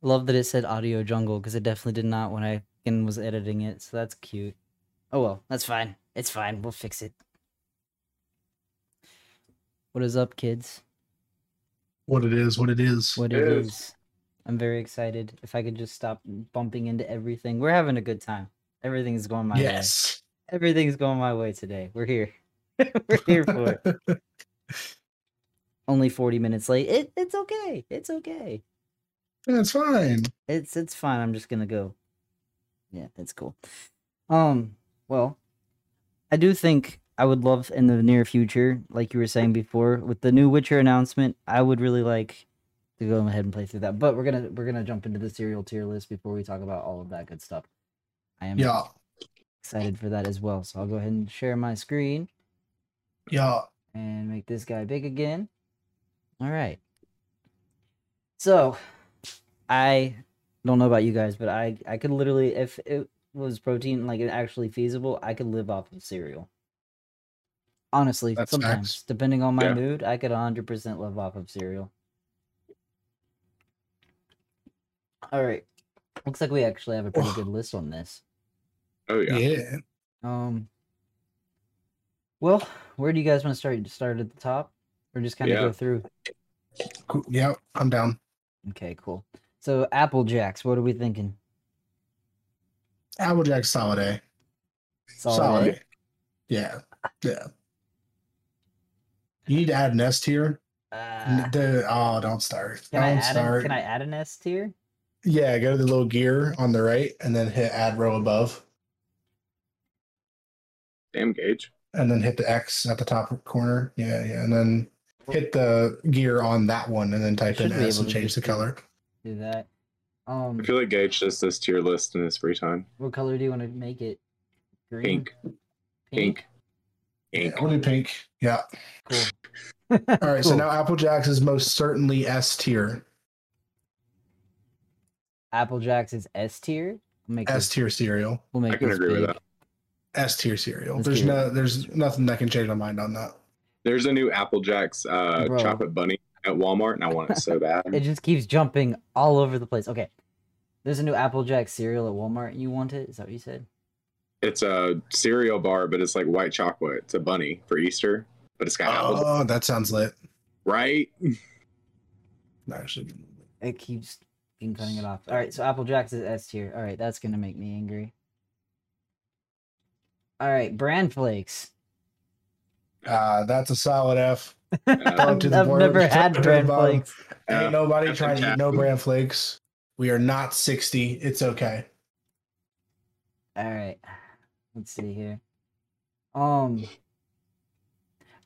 Love that it said Audio Jungle because it definitely did not when I and was editing it. So that's cute. Oh well, that's fine. It's fine. We'll fix it. What is up, kids? What it is, what it is. What it Yes. is. I'm very excited. If I could just stop bumping into everything, we're having a good time. Everything's going my yes. way. Everything's going my way today. We're here. we're here for it. Only 40 minutes late. It, it's okay. It's okay. That's fine. It's it's fine. I'm just gonna go. Yeah, that's cool. Um, well, I do think I would love in the near future, like you were saying before, with the new Witcher announcement, I would really like to go ahead and play through that. But we're gonna we're gonna jump into the serial tier list before we talk about all of that good stuff. I am Yeah. excited for that as well. So I'll go ahead and share my screen Yeah. and make this guy big again. All right. So, I don't know about you guys, but I I could literally, if it was protein like actually feasible, I could live off of cereal. Honestly, That's sometimes facts. depending on my Yeah. mood, I could 100% live off of cereal. All right. Looks like we actually have a pretty good list on this. Oh yeah. Yeah. Um. Well, where do you guys want to start? Start at the top, or just kind of Yeah. go through? Cool. Yeah. I'm down. Okay, cool. So Apple Jacks, what are we thinking? Applejack solid A. Solid. Solid. A? A. Yeah. Yeah. You need to add an S tier. Uh, N- the- oh, don't start. can I don't add? An, start. can I add an S tier? Yeah, go to the little gear on the right and then hit add row above Damn Gage. and then hit the X at the top corner. Yeah, yeah. And then hit the gear on that one and then type Should in be S able and to change just the do- color. Do that. Um, I feel like Gage does this tier list in his free time. what color do you want to make it? Green, Pink. Pink. Ink. Yeah, we'll do pink. Yeah. Cool. All right, so now Applejacks is most certainly S tier, Apple Jacks is S tier. We'll make S this. tier cereal, We'll make I can this agree big. with that. S tier cereal. S There's tier. no, there's nothing that can change my mind on that. There's a new Applejack's uh, Bro. chocolate bunny at Walmart, and I want it so bad. It just keeps jumping all over the place. Okay. There's a new Apple Jack cereal at Walmart. You want it? Is that what you said? It's a cereal bar, but it's like white chocolate. It's a bunny for Easter, but it's got apples. Oh, that sounds lit. Right? Actually, It keeps fucking cutting it off. All right, so Apple Jacks is S tier. All right, that's gonna make me angry. All right, bran flakes. uh, that's a solid F. I've, do the I've board, never just had do the bran bottom. flakes. Yeah, Ain't nobody that's trying to eat no exactly. bran flakes. We are not sixty. It's okay. All right, let's see here. Um,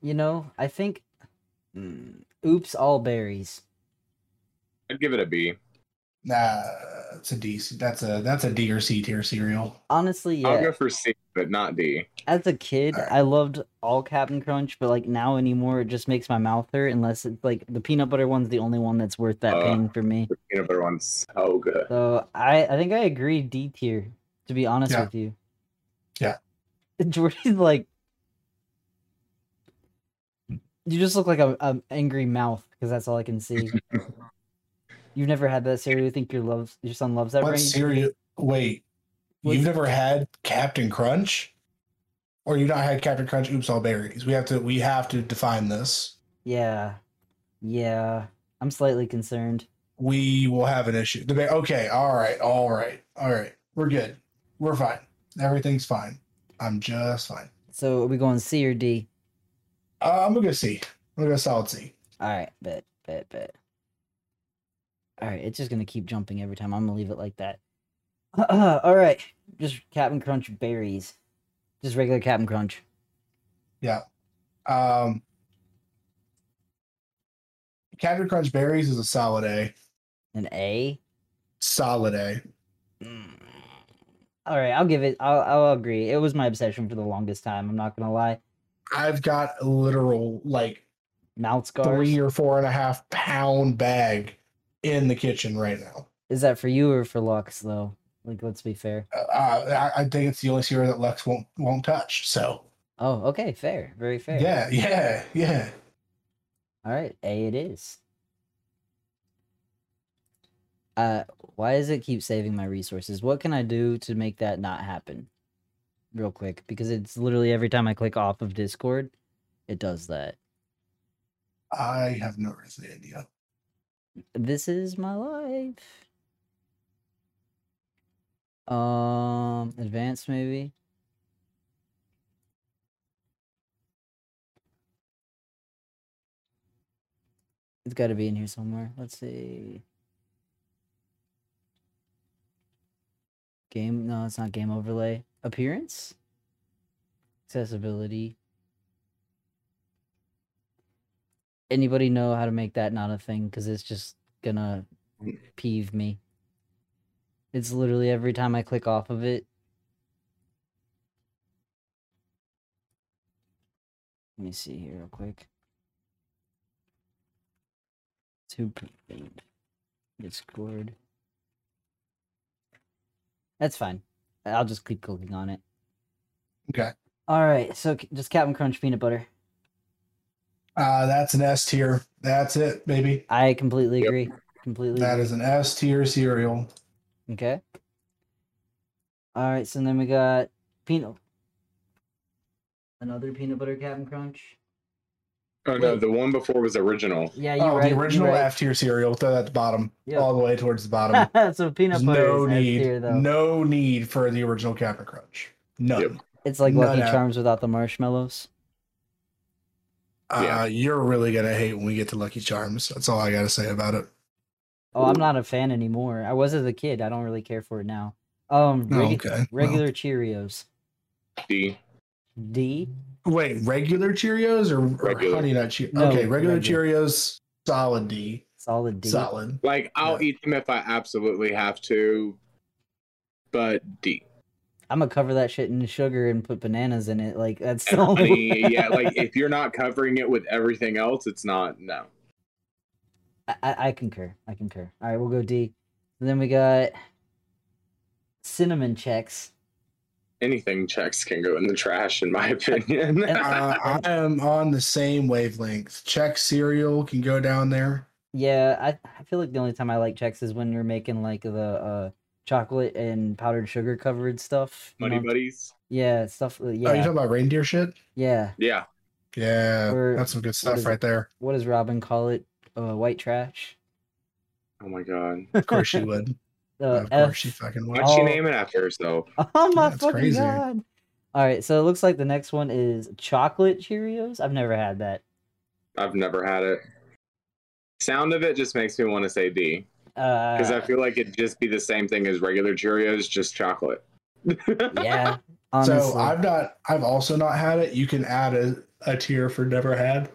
you know, I think, mm, oops, all berries. I'd give it a B. Nah, it's a D. That's a that's a D or C tier cereal. Honestly, yeah. I'll go for C, but not D. As a kid, Alright. I loved all Captain Crunch, but like now anymore, it just makes my mouth hurt. Unless it's like the peanut butter one's the only one that's worth that Uh. pain for me. The peanut butter one's so good. So I, I think I agree D tier. To be honest Yeah. with you. Yeah. Jordy's like. You just look like a, a angry mouth because that's all I can see. You've never had that cereal. You think your loves your son loves that What ring? cereal? Wait, What's- you've never had Captain Crunch, or you've not had Captain Crunch? Oops, all berries. We have to we have to define this. Yeah, yeah. I'm slightly concerned. we will have an issue. The ba- okay, all right, all right, all right. We're good. We're fine. Everything's fine. I'm just fine. So are we going C or D? Uh, I'm gonna go C. I'm gonna go solid C. All right, bet, bet, bet. All right, it's just gonna keep jumping every time. I'm gonna leave it like that. All right, just Captain Crunch berries, just regular Captain Crunch. Um, Captain Crunch berries is a solid A. An A. Solid A. Mm. All right, I'll give it. I'll, I'll agree. It was my obsession for the longest time. I'm not gonna lie. I've got a literal like Mouth scars. three or four and a half pound bag in the kitchen right now. Is that for you or for Lux though? Like, let's be fair. Uh, I, I think it's the only cereal that Lex won't won't touch. So Oh, okay, fair, very fair. yeah, yeah, yeah. All right, A it is. uh, why does it keep saving my resources? What can I do to make that not happen? Real quick, because it's literally every time I click off of Discord, it does that. I have no earthly idea. This is my life. Um, advanced maybe. It's got to be in here somewhere. Let's see. Game? No, it's not game overlay. Appearance? Accessibility. Anybody know how to make that not a thing? Because it's just gonna Mm. peeve me. It's literally every time I click off of it. Let me see here real quick. Two percent. Discord. That's fine. I'll just keep clicking on it. Okay. All right. So c- just Captain Crunch peanut butter. Uh, that's an S tier. That's it, baby. I completely Yep. agree. Completely. That is an S tier cereal. Okay. All right. So then we got peanut. Another peanut butter Captain Crunch. Oh no, Wait. the one before was original. Yeah, you're Oh, right. the you're original right. F tier cereal. Throw that at the bottom, Yep. all the way towards the bottom. so peanut There's butter no is S need, tier, though. no need for the original Captain Crunch. None. Yep. it's like no, Lucky no. Charms without the marshmallows. Uh, Yeah. You're really gonna hate when we get to Lucky Charms. That's all I gotta say about it. Oh, I'm not a fan anymore. I was as a kid. I don't really care for it now. Um, Oh, regu- okay. regular Cheerios. D. D. Well, wait, regular Cheerios or, or Regular. Honey Nut Cheerios? No, okay, regular, regular. Cheerios, solid D, Solid D. solid. Like I'll Yeah. eat them if I absolutely have to, but D. I'm gonna cover that shit in sugar and put bananas in it. Like that's And the only. honey, way- yeah, like if you're not covering it with everything else, it's not no. I, I, I concur. I concur. All right, we'll go D. And then we got cinnamon checks. Anything checks can go in the trash, in my opinion. Uh, I am on the same wavelength. Check cereal can go down there. Yeah, I, I feel like the only time I like checks is when you're making like the uh, chocolate and powdered sugar covered stuff. you Buddy know? buddies. Yeah, stuff. uh, Oh, you Yeah, talking about reindeer shit? yeah. Yeah. Yeah, Or- that's some good is stuff it? right there. What does Robin call it? Uh, white trash. Oh my god. Of course she would. Uh, of course she F- fucking would. Why'd she Oh. name it after herself? Oh my That's fucking crazy. god! All right, so it looks like the next one is chocolate Cheerios. I've never had that. I've never had it. Sound of it just makes me want to say D. Because I Uh, feel like it'd just be the same thing as regular Cheerios, just chocolate. yeah, honestly, So I've not. I've also not had it. You can add a, a tier for never had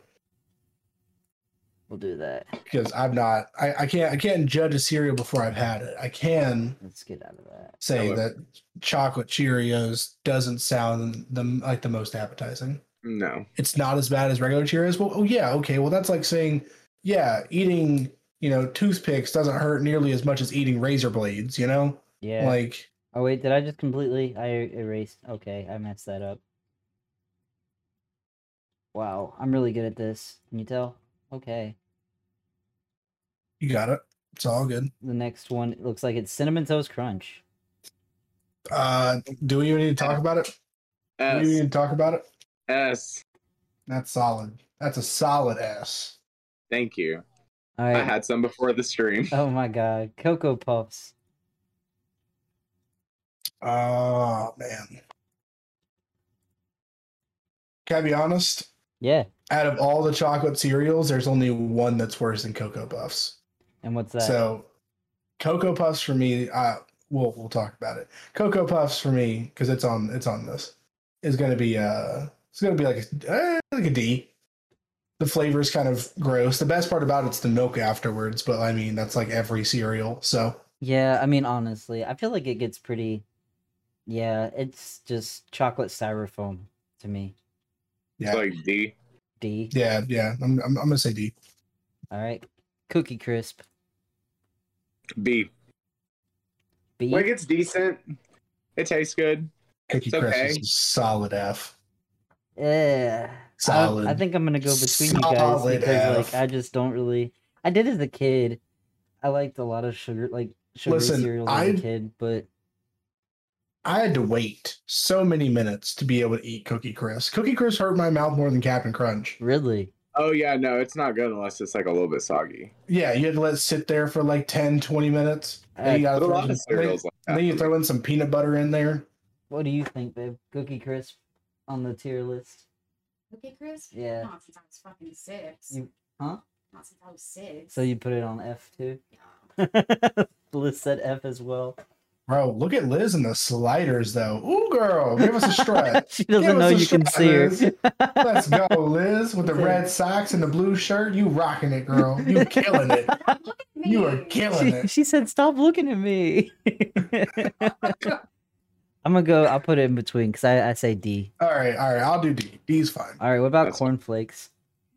we'll do that. because I've not. I, I can't. I can't judge a cereal before I've had it. I can Let's get out of that. say Hello. that chocolate Cheerios doesn't sound the like the most appetizing. No. It's not as bad as regular Cheerios. Well, oh yeah, okay. Well, that's like saying, yeah, eating you know toothpicks doesn't hurt nearly as much as eating razor blades. You know, Yeah. like oh wait, did I just completely? I erased. Okay, I messed that up. Wow, I'm really good at this. Can you tell? Okay. you got it. It's all good. The next one it looks like it's cinnamon toast crunch. Uh, do we even need to talk about it? Do we even S. need to talk about it? S. That's solid. That's a solid S. Thank you. All I right. had some before the stream. Oh my god, cocoa puffs. Oh man. Can I be honest? Yeah, Out of all the chocolate cereals, there's only one that's worse than Cocoa Puffs. and what's that? So, Cocoa Puffs for me, uh, we'll we'll talk about it. Cocoa Puffs for me because it's on it's on this is going to be uh it's going to be like a, eh, like a D. The flavor's kind of gross. The best part about it's the milk afterwards, but I mean that's like every cereal. So Yeah, I mean, honestly, I feel like it gets pretty. Yeah, it's just chocolate styrofoam to me. yeah, It's like D. D. yeah, yeah. I'm I'm, I'm gonna say D. All right. Cookie crisp. B. B. Like it's decent. It tastes good. Cookie It's Crisp is okay. a solid F. Yeah. Solid. I, think I'm gonna go between you guys Solid because, F. like, I just don't really. I did as a kid. I liked a lot of sugar, like sugary Listen, cereals as a I- kid, but I had to wait so many minutes to be able to eat Cookie Crisp. Cookie Crisp hurt my mouth more than Captain Crunch. really, Oh yeah, no, it's not good unless it's like a little bit soggy. Yeah, you had to let it sit there for like 10, 20 minutes. And you Uh, gotta But a throw lot some- of cereals like and that. then you throw in some peanut butter in there. what do you think, babe? Cookie Crisp on the tier list? Cookie Crisp? Yeah. Not since I was fucking six. You- huh? Not since I was six. So you put it on F too. Yeah. list said F as well. Bro, look at Liz and the sliders though. Ooh, girl, give us a strut. she Give doesn't know us a you can strut, see her. Liz. Let's go, Liz, with the red socks and the blue shirt. You rocking it, girl. You killing it. Don't look at You are me. killing she, it. she said, "Stop looking at me." I'm gonna go. I'll put it in between because I, I say D. All right, all right. I'll do D. D's fine. All right. What about That's- cornflakes?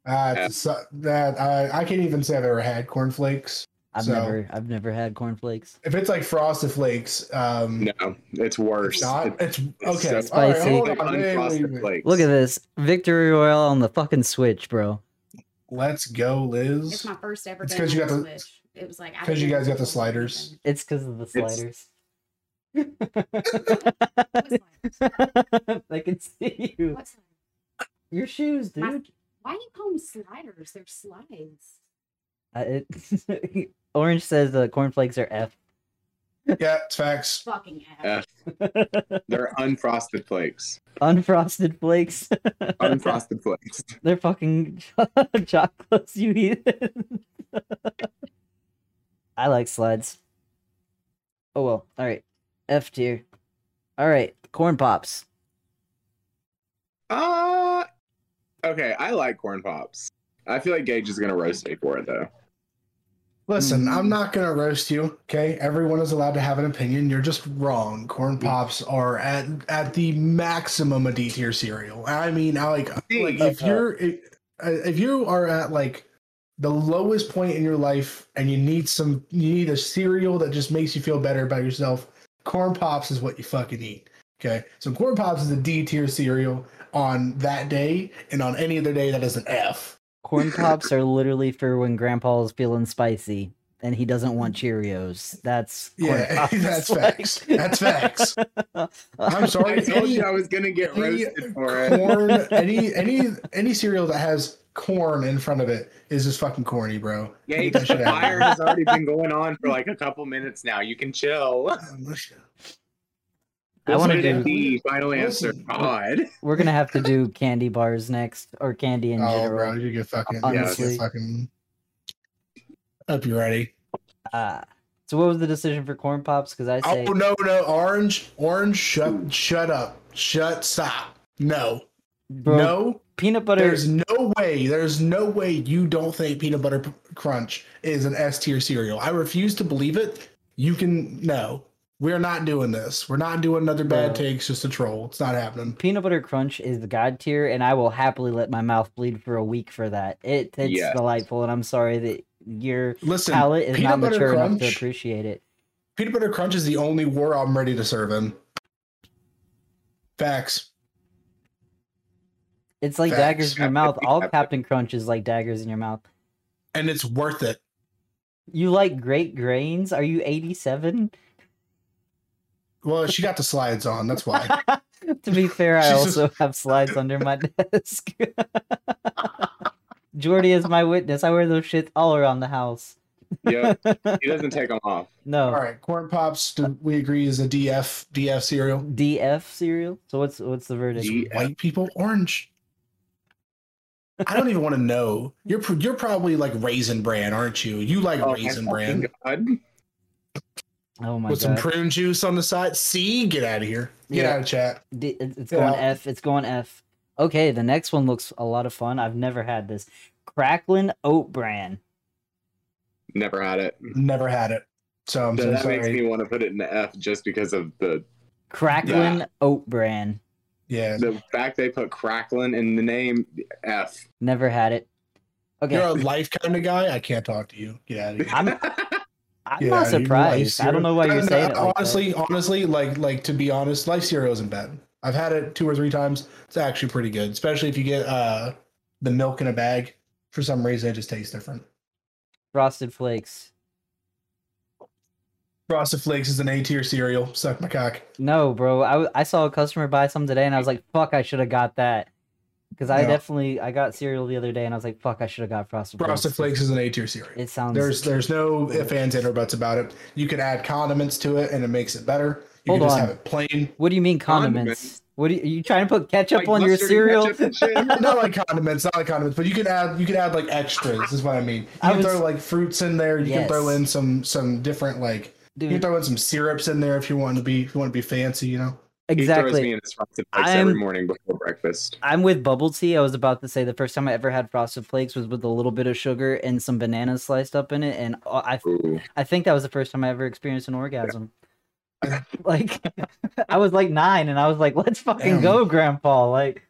Uh, Yeah. so- that I I can't even say I've ever had cornflakes. I've So- never I've never had cornflakes. If it's like frosted flakes, um, No, it's worse. it's not. It's, It's- it's okay. so- all right, Spicy. hold like on, wait, wait, unfrosted wait. flakes. Look at this victory royale on the fucking Switch, bro. Let's go, It's Liz. my first ever. It's game 'cause you on got the- Switch. It was like I 'cause you didn't guys got the know sliders. anything. It's because of the It's- sliders. What sliders? I can see you. What sliders? Your shoes, My- dude. Why do you call them sliders? They're slides. I, it, Orange says the cornflakes are F. Yeah, it's facts. Fucking Yeah. ass. They're unfrosted flakes. Unfrosted flakes. Unfrosted flakes. They're fucking chocolates you eat. I like slides. Oh well. All right. F tier. All right. Corn pops. Uh okay, I like corn pops. I feel like Gage is gonna roast me for it though. Listen, Mm. I'm not gonna roast you. Okay, everyone is allowed to have an opinion. You're just wrong. Corn pops are at at the maximum a D tier cereal. I mean, I like like if Uh-huh. you're if, uh, if you are at like the lowest point in your life and you need some you need a cereal that just makes you feel better about yourself. Corn pops is what you fucking eat. Okay, so corn pops is a D tier cereal on that day, and on any other day that is an F. Corn pops are literally for when grandpa is feeling spicy and he doesn't want Cheerios. That's corn Yeah, pops. that's like- facts. That's facts. I'm I sorry. told Any, you I was gonna get any roasted for it. corn, any any any cereal that has corn in front of it is just fucking corny, bro. Gage, That the shit out. fire has already been going on for like a couple minutes now. You can chill. I want to Listen, do. indeed, final answer. Listen. God. We're gonna have to do candy bars next, or candy in Oh, bro, general. you get fucking, you Honestly. get fucking. Up, you ready? Ah. so, what was the decision for corn pops? Because I Oh say no, no, orange, orange, shut, shut up, shut, stop. No, Bro, no, peanut butter. there's no way, there's no way you don't think peanut butter P- crunch is an S tier cereal. I refuse to believe it. You can no. We're not doing this. We're not doing another bad Bro. takes just to troll. It's not happening. peanut butter crunch is the god tier and i will happily let my mouth bleed for a week for that it, it's Yes. delightful and i'm sorry that your Listen, palate is not peanut butter mature enough to crunch- appreciate it peanut butter crunch is the only war I'm ready to serve in. Facts. it's like Facts. daggers in your Captain- mouth all Captain- captain crunch is like daggers in your mouth And it's worth it. you like great grains are you 87 Well, she got the slides on. That's why. to be fair i She's also have slides under my desk jordy is my witness i wear those shits all around the house Yep. He doesn't take them off. no All right. Corn pops, do we agree, is a DF DF cereal. df cereal so what's what's the verdict D- DF. White people orange. I don't even want to know. You're pr- you're probably like raisin bran, aren't you? You like Oh, my raisin fucking bran God. oh my with some god prune juice on the side. See, get out of here. Get Yeah. out of chat. D- it- it's Yeah. going F. It's going F. Okay, the next one looks a lot of fun. I've never had this. Cracklin Oat Bran. Never had it. Never had it. So I'm So so that sorry. makes me want to put it in the F just because of the Cracklin Oat Bran. yeah. the fact they put cracklin in the name F. Never had it. Okay, You're a life kind of guy. I can't talk to you. Get out of here. I'm I'm Yeah, not you surprised. life I don't know why No, you're no, saying it. like that. uh, honestly, honestly, like like to be honest, life cereal isn't bad. I've had it two or three times. It's actually pretty good, especially if you get uh the milk in a bag. For some reason, it just tastes different. Frosted Flakes. Frosted Flakes is an A tier cereal. Suck my cock. No, bro. I, w- I saw a customer buy some today, and I was like, "Fuck, I should have got that." Because I Yeah. definitely I got cereal the other day, and I was like, "Fuck, I should have got Frosted Flakes." Frosted 'cause Flakes is an A tier cereal. It sounds. There's there's no ifs, ands, and or buts about it. You can add condiments to it, and it makes it better. You Hold can just on. have it plain. what do you mean condiments? Condiments. What do you, are you trying to put ketchup Like on your mustard cereal? and ketchup and shit. not like condiments, not like condiments, but you can add you can add like extras. Is what I mean. You I can was- throw like fruits in there. You can throw Yes. in some some different like you can Dude, throw in some syrups in there if you want to be if you want to be fancy. You know. He throws exactly. me in his frosted flakes every I'm- morning before breakfast. I'm with bubble tea. I was about to say the first time I ever had Frosted Flakes was with a little bit of sugar and some bananas sliced up in it, and uh, I Ooh. I think that was the first time I ever experienced an orgasm. like I was like nine, and I was like, "Let's fucking Damn. go, Grandpa!" Like,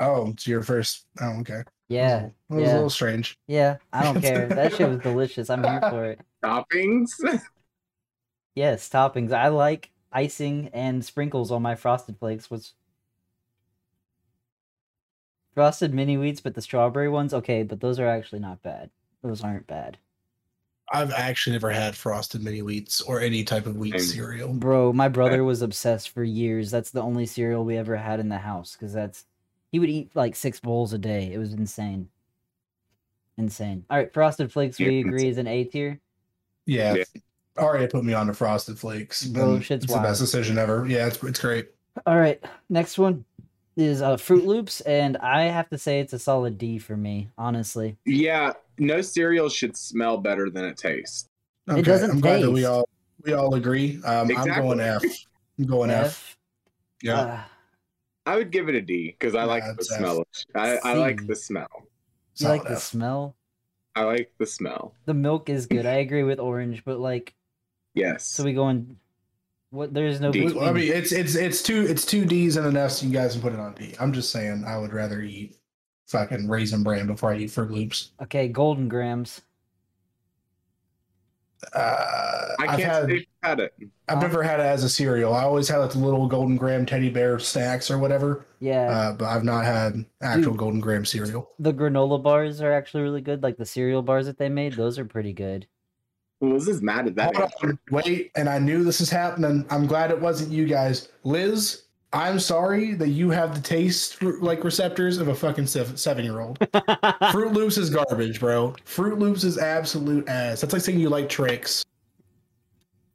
Oh, it's your first. Oh, okay. yeah. It was yeah. a little strange. Yeah, I don't care. That shit was delicious. I'm here for it. Toppings? Yes, toppings. I like icing and sprinkles on my frosted flakes. Was frosted mini wheats, but the strawberry ones, okay, but those are actually not bad. Those aren't bad, I've actually never had frosted mini wheats or any type of wheat Same. cereal. bro. My brother was obsessed for years. That's the only cereal we ever had in the house because that's he would eat like six bowls a day. It was insane, insane. All right, frosted flakes. We Yeah, it's- agree is an A tier. Yeah. Yeah. Already put me on to frosted flakes. Bro, and shit's it's the wild. best decision ever. Yeah, it's, it's great. All right, next one is uh, Fruit Loops, and I have to say it's a solid D for me, honestly. Yeah, no cereal should smell better than it tastes. It doesn't I'm glad that we taste. all we all agree. Um, I'm going F. Exactly. I'm going F. Yeah. Uh, I would give it a D because I like Yeah, the it's F. smell. of- I, I C. like the smell. you like Solid the F. smell? I like the smell. The milk is good. I agree with orange, but like, Yes. so we going. What? There's no. D. between. I mean, it's it's it's two it's two D's and an F, so you guys can put it on D. I'm just saying, I would rather eat fucking raisin bran before I eat Fruit Loops. okay, Golden Grams. Uh, I I've can't had say if I had it. I've never had it as a cereal. I always had like the little golden graham teddy bear snacks or whatever, Yeah, uh, but I've not had actual Dude. golden graham cereal. the granola bars are actually really good. Like the cereal bars that they made, those are pretty good. Liz is mad at that. Hold on, wait, and I knew this is happening. I'm glad it wasn't you guys, Liz. I'm sorry that you have the taste like receptors of a fucking seven year old. Fruit Loops is garbage, bro. Fruit Loops is absolute ass. That's like saying you like tricks.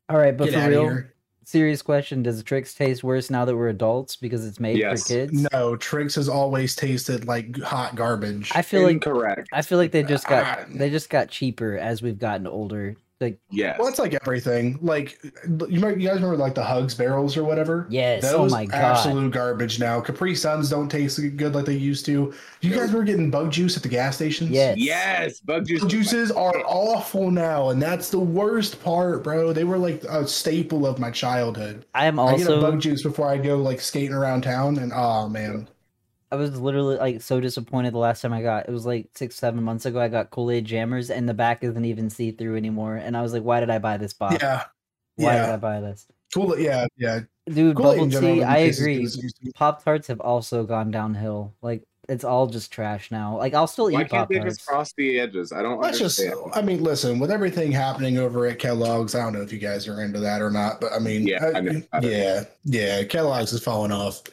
All right, but Get for out real, of here. serious question: Does Trix taste worse now that we're adults because it's made Yes. for kids? No, tricks has always tasted like hot garbage. I feel like Incorrect. I feel like they just Ah. got they just got cheaper as we've gotten older. Like Yes. Well, it's like everything. Like you might, you guys remember like the Hugs barrels or whatever. yes, Those oh my god, absolute garbage now. Capri Suns don't taste good like they used to. You guys were getting bug juice at the gas stations. yes, Yes. Bug juice. Bug juices are awful now, and that's the worst part, bro. They were like a staple of my childhood. I am I get a also. bug juice before I go like skating around town, and oh man, I was literally like so disappointed the last time I got. It was like six, seven months ago. I got Kool Aid jammers, and the back isn't even see through anymore. And I was like, "Why did I buy this box? yeah, Why did yeah. I buy this, Cool. Yeah, yeah. dude?" Kool-Aid bubble in general tea. doesn't I taste as good agree. as it used to. Pop tarts have also gone downhill. Like it's all just trash now. Like I'll still Why eat can't pop they just tarts. cross the edges? I don't Let's just. understand. I mean, listen. With everything happening over at Kellogg's, I don't know if you guys are into that or not, but I mean, Yeah, I know. I- yeah, yeah. Kellogg's is falling off.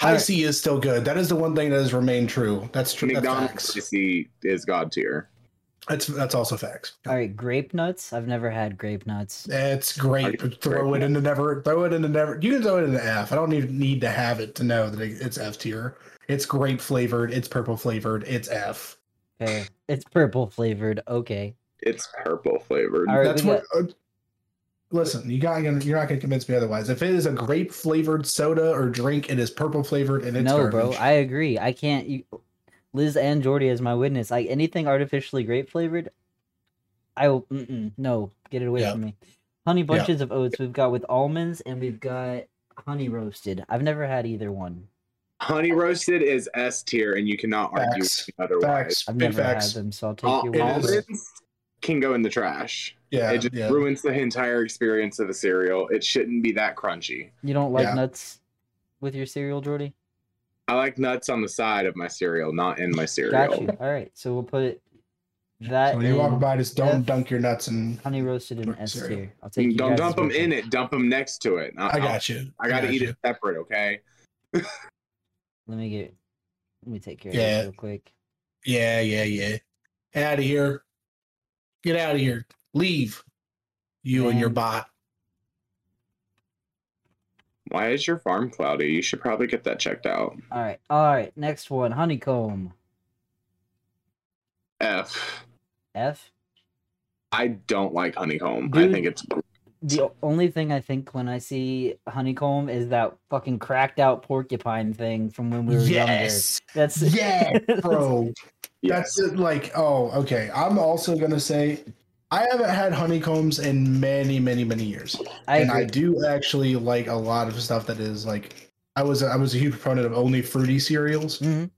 High Alright. C is still good. That is the one thing that has remained true. That's true. That's McDonald's facts. juicy is god tier. That's that's also facts. All right, grape nuts. I've never had grape nuts. It's Are great. you- Throw it into never. Throw it into never. You can throw it into F. I don't even need to have it to know that it- it's F tier. It's grape flavored. It's purple flavored. It's F. Okay, it's purple flavored. Okay. It's purple flavored. All right, That's we what. uh, listen, you got. You're not going to convince me otherwise. If it is a grape flavored soda or drink, it is purple flavored and it's no, garbage. bro, I agree. I can't. You, Liz and Jordy as my witness. Like anything artificially grape flavored, I will. Mm-mm, no, get it away Yeah. from me. Honey Yeah. bunches of oats. We've got with almonds and we've got honey roasted. I've never had either one. Honey roasted is S tier, and you cannot argue Facts. otherwise. facts. I've Big never facts. Uh, had them, so I'll take Al- your it word for is- it. Almonds can go in the trash. Yeah, it just yeah. ruins the entire experience of a cereal. It shouldn't be that crunchy. You don't like Yeah. nuts with your cereal, Jordy? I like nuts on the side of my cereal, Mm, not in my cereal. Got you. All right, so we'll put That So when you walk and by, Oh, just don't F. dunk your nuts and honey roasted in Look, S cereal. tier. I'll take you Don't guys' dump them word for in it. it. Dump them next to it. Uh-uh. I got you. Uh, I gotta got eat you. it separate. Okay. Let me get. Let me take care Yeah. of this real quick. Yeah, yeah, yeah. Out of here. Get out of here. Leave. You and your Man. bot. Why is your farm cloudy? You should probably get that checked out. All right, all right. Next one, honeycomb. F. F. I don't like honeycomb. I Dude. think it's The o- only thing I think when I see honeycomb is that fucking cracked out porcupine thing from when we were yes. younger. That's Yeah, Bro. yes. That's it. Like, oh, okay. I'm also gonna say I haven't had honeycombs in many, many, many years. I and agree. I do actually like a lot of stuff that is like I was I was a huge proponent of only fruity cereals. Mhm.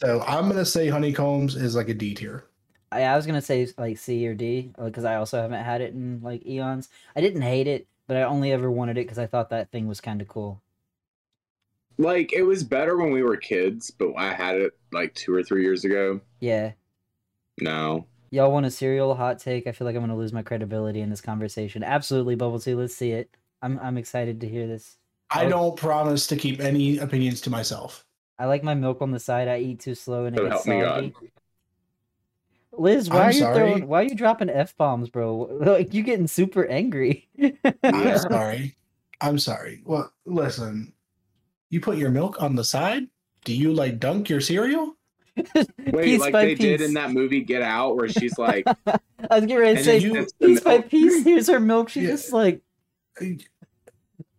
So I'm gonna say honeycombs is like a D tier. I, I was gonna say like C or D because I also haven't had it in like eons. I didn't hate it, but I only ever wanted it because I thought that thing was kind of cool. like it was better when we were kids, but I had it like two or three years ago. Yeah, No. y'all want a cereal hot take? I feel like I'm gonna lose my credibility in this conversation. Absolutely, Bubble Tea. Let's see it. I'm I'm excited to hear this. I Okay. don't promise to keep any opinions to myself. I like my milk on the side. I eat too slow and it So gets help me soggy. Liz, why I'm are you sorry. throwing? Why are you dropping f bombs, bro? Like you getting super angry. I'm sorry. I'm sorry. Well, listen. You put your milk on the side? Do you like dunk your cereal? Wait, Piece like by they did piece. in that movie Get Out, where she's like, I was getting ready to And say then "Oh, you- That's the piece by milk. piece. Here's her milk. She's Yeah. just like,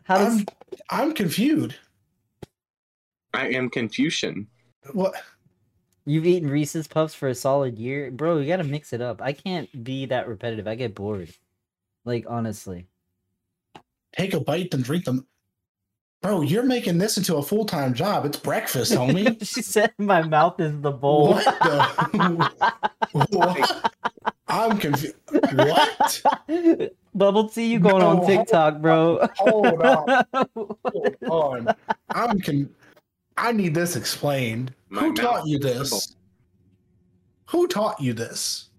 how does? I'm I'm confused. "I am Confucian." What You've eaten Reese's Puffs for a solid year, bro. You gotta mix it up. I can't be that repetitive. I get bored. Like honestly, take a bite and drink them. Bro, you're making this into a full time job. It's breakfast, homie. she said my mouth is the bowl. what the? what? I'm confused. What? Bubble tea, you going No, on hold TikTok, bro? Hold on. Hold on. I'm con- I need this explained. My Who mouth taught you is this? Who taught you this?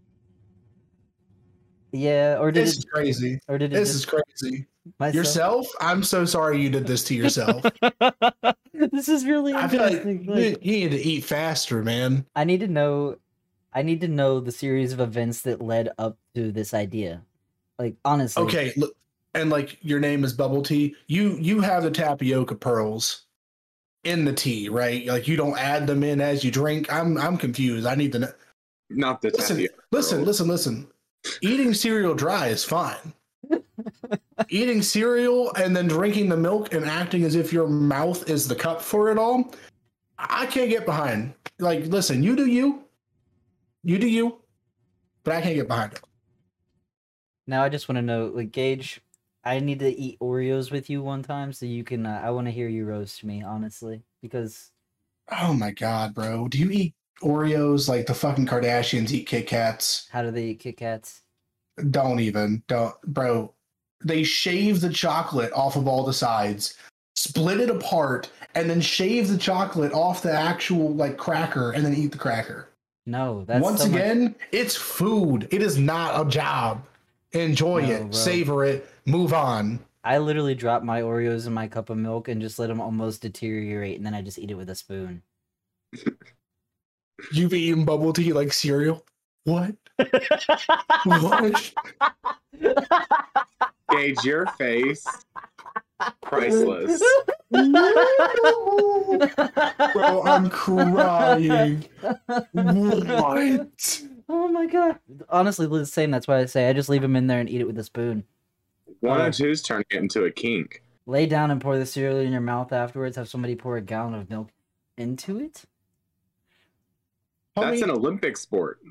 yeah, or did This is it? crazy. Or did it This just is crazy. myself? Yourself? I'm so sorry you did this to yourself. this is really I feel like interesting. you, like- you need to eat faster, man. I need to know I need to know the series of events that led up to this idea. Like honestly. Okay, look, and like your name is Bubble Tea. You you have the tapioca pearls in the tea, right? Like you don't add them in as you drink. I'm I'm confused. I need to know. Not the Listen, tapioca Listen, pearls. listen, listen. Eating cereal dry is fine. Eating cereal and then drinking the milk and acting as if your mouth is the cup for it all, I can't get behind. Like, listen, you do you, you do you, but I can't get behind it. Now I just want to know like Gage, I need to eat Oreos with you one time so you can uh, I want to hear you roast me honestly because Oh my god, bro! Do you eat Oreos like the fucking Kardashians eat Kit Kats? how do they eat Kit Kats? Don't even, don't, bro. They shave the chocolate off of all the sides, split it apart, and then shave the chocolate off the actual like cracker, and then eat the cracker. No, that's Once so much- again, it's food. It is not a job. Enjoy No, it, bro. savor it, move on. I literally drop my Oreos in my cup of milk and just let them almost deteriorate and then I just eat it with a spoon. You've eaten bubble tea like cereal. What? what? Gage your face. Priceless. Bro, I'm crying. What? Oh my god. Honestly, Liz, same. That's why I say I just leave them in there and eat it with a spoon. One and two's turning it into a kink. Lay down and pour the cereal in your mouth afterwards. Have somebody pour a gallon of milk into it. That's Homie, an Olympic sport.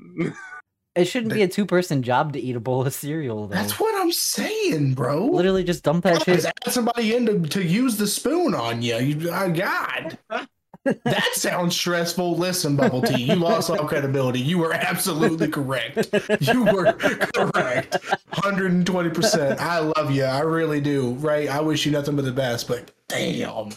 It shouldn't be a two person job to eat a bowl of cereal, though. That's what I'm saying, bro. Literally, just dump that shit. Just add somebody in to, to use the spoon on you. you oh, God. That sounds stressful. Listen, Bubble Tea, you lost all credibility. You were absolutely correct. You were correct. 120%. I love you. I really do. Right? I wish you nothing but the best, but damn.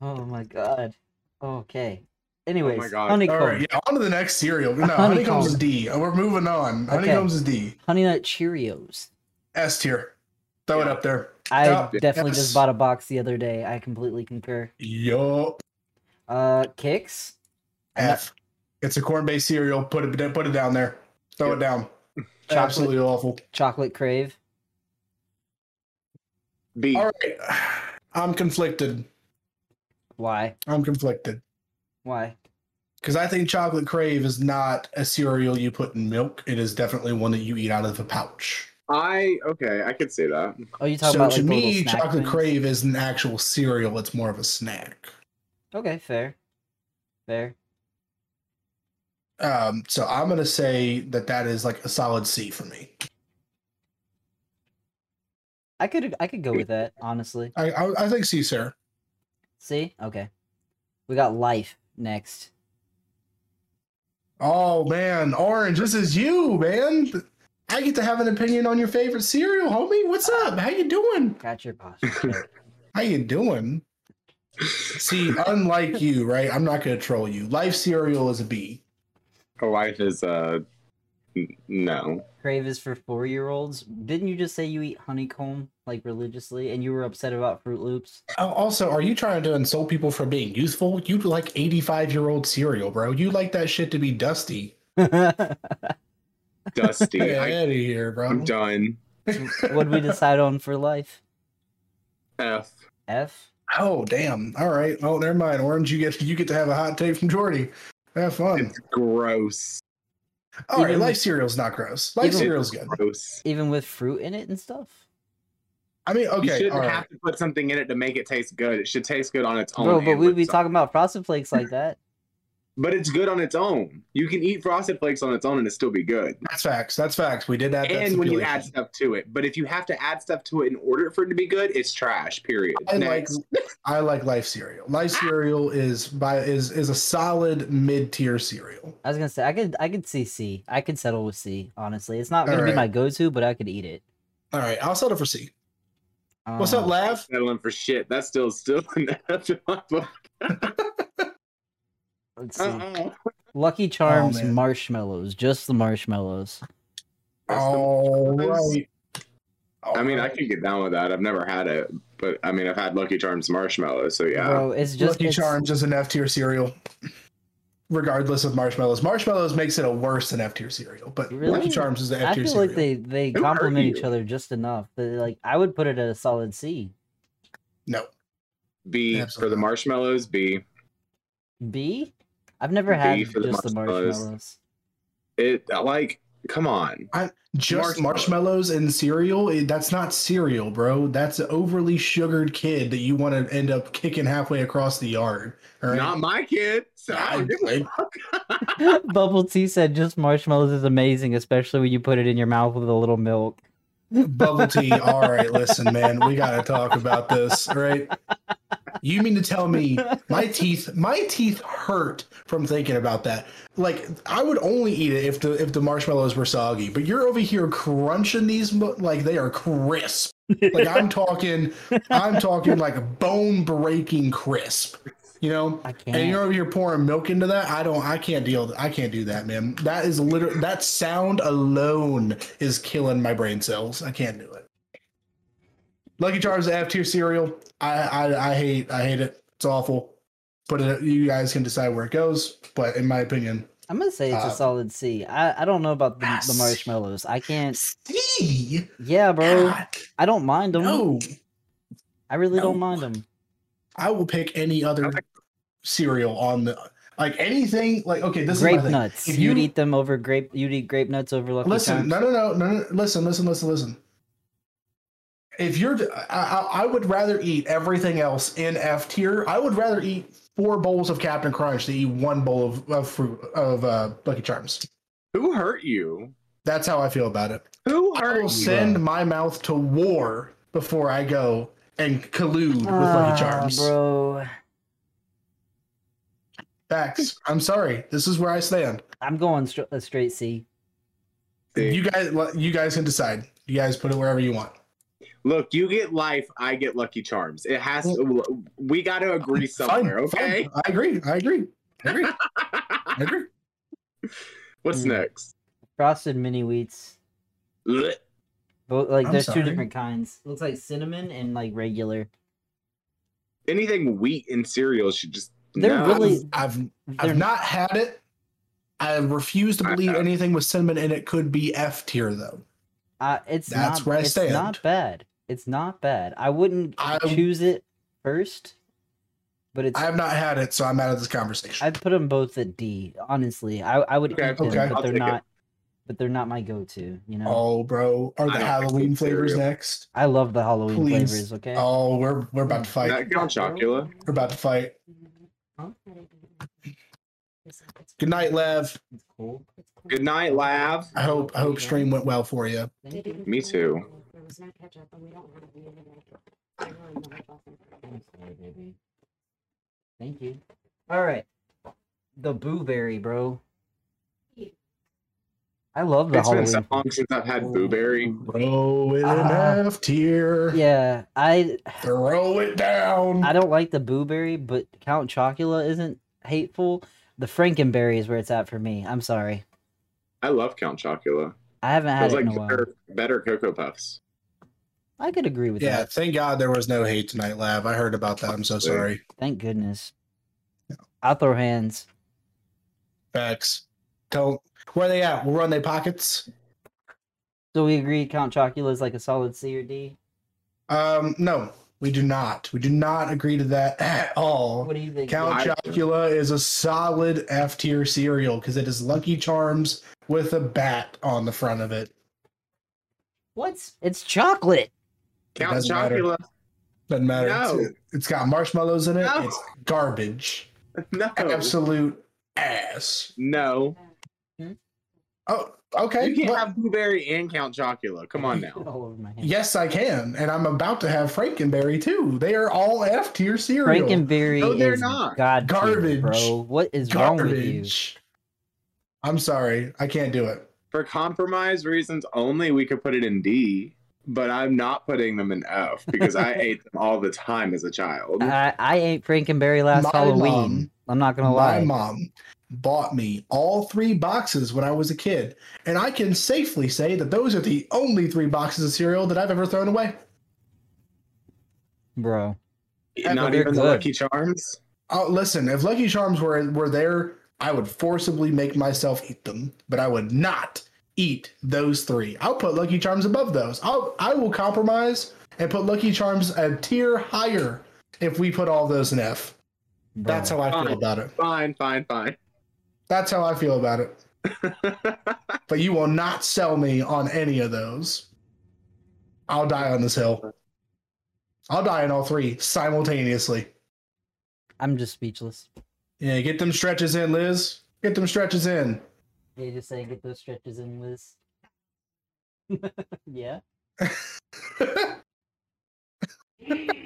Oh my god. Okay. Anyways, God. honeycomb, All right, yeah, on to the next cereal. No, Honeycomb. honeycombs is D. Uh, We're moving on. Okay. Honeycombs is D. honey nut Cheerios. S tier. Throw it Yeah. up there. I Yeah. definitely Yes. just bought a box the other day. I completely concur. Yup. Uh, kicks. I know- F. It's a corn based cereal. Put it put it down there. Throw Yeah. it down. Chocolate. Absolutely awful. Chocolate crave. B. All right. I'm conflicted. Why? I'm conflicted. Why? Because I think chocolate crave is not a cereal you put in milk. It is definitely one that you eat out of a pouch. I okay, I could say that. Oh, you talking So about like to the little me, snack chocolate things? crave is an actual cereal. It's more of a snack. Okay, fair, fair. Um, so I'm gonna say that that is like a solid C for me. I could I could go with that honestly. I I, I think C, sir. See, okay, we got life next. Oh man, Orange, this is you, man. I get to have an opinion on your favorite cereal, homie. What's up? How you doing? Got your posture. check. How you doing? See, unlike you, right? I'm not gonna troll you. Life cereal is a B. Life is uh n- no. crave is for four year olds. Didn't you just say you eat honeycomb like religiously, and you were upset about Fruit Loops? Oh, Also, are you trying to insult people for being youthful? You like 85 year old cereal, bro. You like that shit to be dusty. what Dusty. Get I, out of here, bro. I'm done. would we decide on for life? F. F. Oh damn! All right. Oh, never mind. Orange, you get you get to have a hot take from Jordy. Have fun. It's gross. All right. Even- Life cereal's not gross. Life Even- cereal's good. Gross. Even with fruit in it and stuff. I mean, you okay. shouldn't All right. have to put something in it to make it taste good. It should taste good on its own. Bro, but and we'd with be something. talking about frosted flakes like that. But it's good on its own. You can eat frosted flakes on its own and it still be good. That's facts. That's facts. We did that. and when you add stuff to it, but if you have to add stuff to it in order for it to be good, it's trash. Period. I like Next. Ah. I like Life cereal. Life cereal is by is is a solid mid tier cereal. I was gonna say I could I could see C. I could settle with C. Honestly, it's not gonna be Alright. my go-to, but I could eat it. All right. I'll settle for C. What's Um, up, Lav? settling for shit. That's still still enough. Let's see. Uh-uh. Lucky Charms Oh, man. marshmallows, just the marshmallows. All That's right. I mean, I can get down with that. I've never had it, but I mean, I've had Lucky Charms marshmallows. So yeah, Bro, it's just Lucky it's, Charms is an F tier cereal, regardless of marshmallows. Marshmallows makes it a worse than F tier cereal, but Really? Lucky Charms is the I F tier feel cereal. like they they Who are complement each you? other just enough. That, like I would put it at a solid C. No, B for Absolutely. the marshmallows. B. B. I've never B had for the just the marshmallows. marshmallows. It uh, like come on. just Marshmallow. marshmallows and cereal. eh, That's not cereal, bro. That's an overly sugared kid that you want to end up kicking halfway across the yard. All right. Not my kid. So I don't give I- a fuck. Bubble tea said just marshmallows is amazing, especially when you put it in your mouth with a little milk. Bubble tea. All right, listen, man, we gotta talk about this, right? You mean to tell me my teeth, my teeth hurt from thinking about that? Like, I would only eat it if the if the marshmallows were soggy, but you're over here crunching these mo- like they are crisp. Like I'm talking, I'm talking like bone breaking crisp. You know, I and can't. you're over here pouring milk into that. I don't. I can't deal. I can't do that, man. That is literally that sound alone is killing my brain cells. I can't do it. Lucky Charms F tier cereal. I, I I hate I hate it. It's awful. But it, you guys can decide where it goes. But in my opinion, I'm gonna say it's uh, a solid C. I I don't know about the, the yes. marshmallows. I can't. C. Yeah, bro. God, I don't mind them. no, I really No. don't mind them. I will pick any other Okay. cereal on the like anything like okay. This grape is my thing. nuts. If you... would you- eat them over grape. You'd eat grape nuts over Lucky Charms. listen, no, no, no, no, no. Listen, listen, listen, listen. If you're, I, I- I would rather eat everything else in F tier. I would rather eat four bowls of Captain Crunch than eat one bowl of, of fruit of uh, Lucky Charms. Who hurt you? That's how I feel about it. Who I hurt will you? send my mouth to war before I go and collude with Lucky Ah, Charms. bro. Facts. I'm sorry. This is where I stand. I'm going str- a straight C. See? You guys, you guys can decide. You guys put it wherever you want. Look, you get life. I get Lucky Charms. It has. we got to agree Fine, somewhere, fine. okay? I agree. I agree. Agree. Agree. What's Mm. next? Frosted mini wheats. Blech. Both like I'm there's sorry. two different kinds. Looks like cinnamon and like regular. Anything wheat and cereal should just. They're no. really- I've They're I've not had it. I refuse to I believe have. anything with cinnamon in it could be F tier though. Uh, it's That's not, where I it's stand. not bad. It's not bad. I wouldn't I- choose it first, but it's. I have not had it, so I'm out of this conversation. I'd put them both at D. Honestly, I, I would Okay, eat them, okay. I'll but they're take it. not. But they're not my go-to. You know, Oh, bro, are I the don't Halloween like cereal. flavors next? I love the Halloween Please. flavors. Okay. Oh, we're we're about to fight. Not Count Chocula. We're about to fight. Mm-hmm. Good night, Lev. It's cool. Good night, Lav. I hope I hope stream went well for you. Thank you. Me too. There was no ketchup, and we don't have any of that. I really love it, awesome. I'm sorry, baby. Thank you. All right, the blueberry, bro. I love the It's been so Halloween. long since I've had blueberry. Throw it Ah. in F tier. Yeah, I Throw it down. I don't like the blueberry, but Count Chocula isn't hateful. The Frankenberry is where it's at for me. I'm sorry. I love Count Chocula. I haven't had Those it like in a while. better, better Cocoa Puffs. I could agree with yeah, that. thank God there was no hate tonight, Lav. I heard about that. I'm so sorry. Thank goodness. I'll throw hands. Facts. Don't. Where they at? We'll run their pockets. So we agree Count Chocula is like a solid C or D. Um, no, we do not. We do not agree to that at all. What do you think? Count I- Chocula is a solid F tier cereal because it is Lucky Charms with a bat on the front of it. What's it's chocolate. Count doesn't matter. Chocula. Doesn't matter. No. It's- it's got marshmallows in it. No. It's garbage. No. Absolute ass. No. Oh, okay. You can't What- have blueberry and Count Chocula. Come on now. All over my hand. Yes, I can, and I'm about to have Frankenberry too. They are all F tier cereal. Frankenberry No, they're is not. god tier, Garbage. bro. What is wrong with you? garbage. I'm sorry, I can't do it. For compromise reasons only, we could put it in D, but I'm not putting them in F because I ate them all the time as a child. I, I ate Frankenberry last My Halloween. mom- I'm not gonna My lie. mom bought me all three boxes when I was a kid, and I can safely say that those are the only three boxes of cereal that I've ever thrown away. Bro. Not they're even the good. Lucky Charms. Oh, listen, if Lucky Charms were were there, I would forcibly make myself eat them, but I would not eat those three. I'll put Lucky Charms above those. I'll I will compromise and put Lucky Charms a tier higher if we put all those in F. bro. That's how I feel Fine. about it. Fine, fine, fine. That's how I feel about it. But you will not sell me on any of those. I'll die on this hill. I'll die on all three simultaneously. I'm just speechless. Yeah, get them stretches in, Liz. Get them stretches in. They just say get those stretches in, Liz. yeah.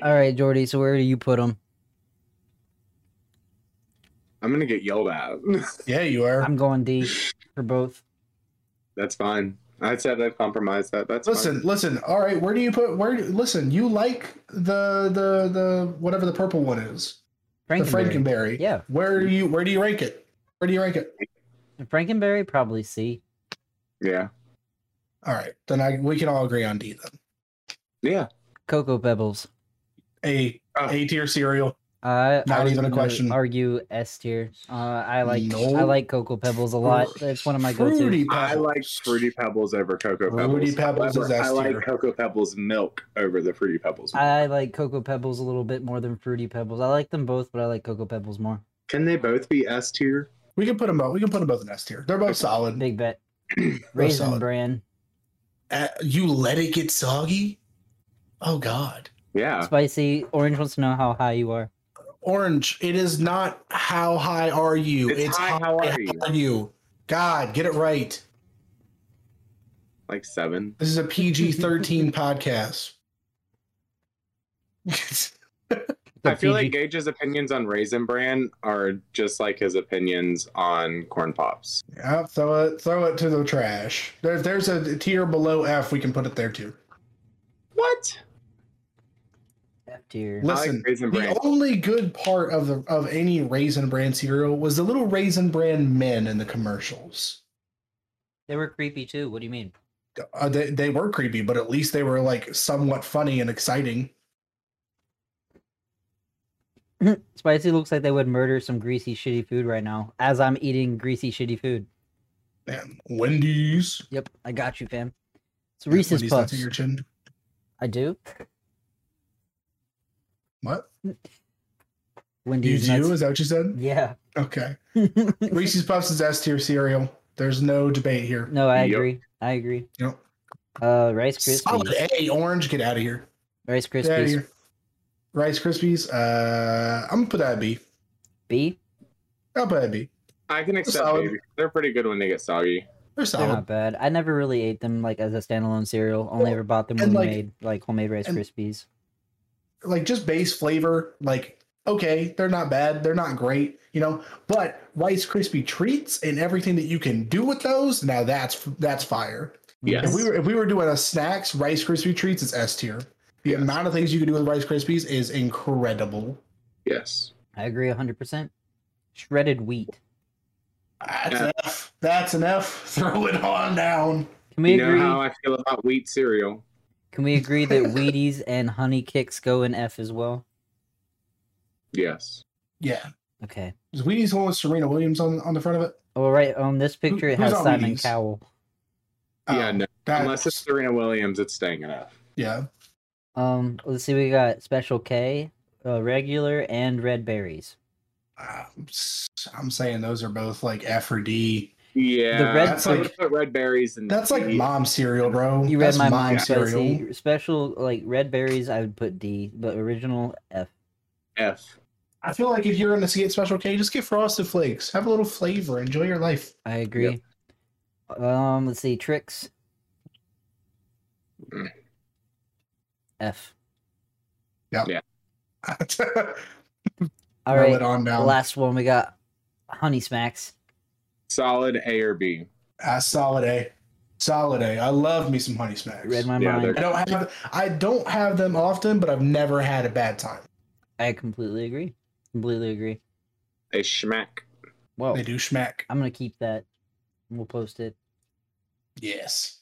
All right, Jordy. So where do you put them? I'm gonna get yelled at. yeah, you are. I'm going D for both. That's fine. I said I'd compromise that. That's listen, listen. All right, where do you put? Where? do- Listen, you like the the the whatever the purple one is, the Frankenberry. Frankenberry. Yeah. Where do you where do you rank it? Where do you rank it? Frankenberry probably C. Fine. Yeah. All right, then I we can all agree on D then. Yeah. Cocoa Pebbles. A Oh. A tier cereal. Uh, Not I was even a gonna question. Argue S tier. Uh, I like I No. like Cocoa Pebbles a lot. It's one of my Fruity go-to. Pebbles. I like Fruity Pebbles over Cocoa Pebbles. Fruity Pebbles is However, I S like tier. Cocoa Pebbles milk over the Fruity Pebbles. I like Cocoa Pebbles a little bit more than Fruity Pebbles. I like them both, but I like Cocoa Pebbles more. Can they both be S tier? We can put them both. We can put them both in S tier. They're both solid. Big bet. Raisin solid. Bran. Uh, you let it get soggy. Oh God. Yeah. Spicy. Orange wants to know how high you are. Orange. It is not. How high are you? It's high, how are you? How are you? God, get it right. Like seven. This is a PG 13 podcast. The I PG feel like Gage's opinions on Raisin Bran are just like his opinions on Corn Pops. yeah, throw it, throw it to the trash. There, if there's a tier below F, we can put it there too. What? F tier. I like Listen, Raisin the Bran. only good part of the of any Raisin Bran cereal was the little Raisin Bran men in the commercials. They were creepy too. What do you mean? Uh, they they were creepy, but at least they were like somewhat funny and exciting. Spicy looks like they would murder some greasy, shitty food right now as I'm eating greasy, shitty food. Man, Wendy's. Yep, I got you, fam. It's Yeah, Reese's Wendy's nuts Puffs. in your chin. I do. What? You Wendy's. do? nuts- Is that what you said? Yeah. Okay. no, Reese's Puffs is S tier cereal. There's no debate here. I Yep. agree. I agree. Yep. Uh, Rice Solid Krispies. A. Orange, get out of here. Rice Get out of Krispies. here. Rice Krispies. Uh, I'm gonna put that at B. B. I'll put that at B. I can accept Solid. baby. They're pretty good when they get soggy. They're They're solid. not bad. I never really ate them like as a standalone cereal. Only Well, ever bought them when and, we like- made like homemade Rice and- Krispies. Like just base flavor. Like okay, they're not bad. They're not great. You know, but Rice Krispie treats and everything that you can do with those. Now that's that's fire. Yes. If we were if we were doing a snacks Rice Krispie treats, it's S tier. The Yes. amount of things you can do with Rice Krispies is incredible. Yes. I agree 100%. Shredded wheat. That's Yeah. an F. That's an F. Throw it on down. Can we you know agree? how I feel about wheat cereal. Can we agree that Wheaties and Honey Kicks go in F as well? Yes. Yeah. Okay. Is Wheaties the one with Serena Williams on, on the front of it? All right. On this picture, it who's has on Simon Wheaties? Cowell. yeah, Oh, no. that- Unless it's Serena Williams, it's staying enough. yeah. Um, let's see. We got Special K, uh, regular, and red berries. Ah, I'm s- I'm saying those are both like F or D. Yeah. The red- that's like put red berries E, and That's like mom cereal, bro. You read That's my mind, spicy. Special like red berries, I would put D, but original F. F. I feel like if you're gonna get special K, just get Frosted Flakes. Have a little flavor. Enjoy your life. I agree. Um, let's see. Tricks. Mm. F. Throw All it right. on The down. last one we got Honey Smacks. Solid A or B. Ah, solid A. Solid A. I love me some honey smacks. Read my Yeah, mind. they're- I don't have I don't have them often, but I've never had a bad time. I completely agree. Completely agree. A schmack. Well, They do schmack. I'm gonna keep that. and We'll post it. Yes.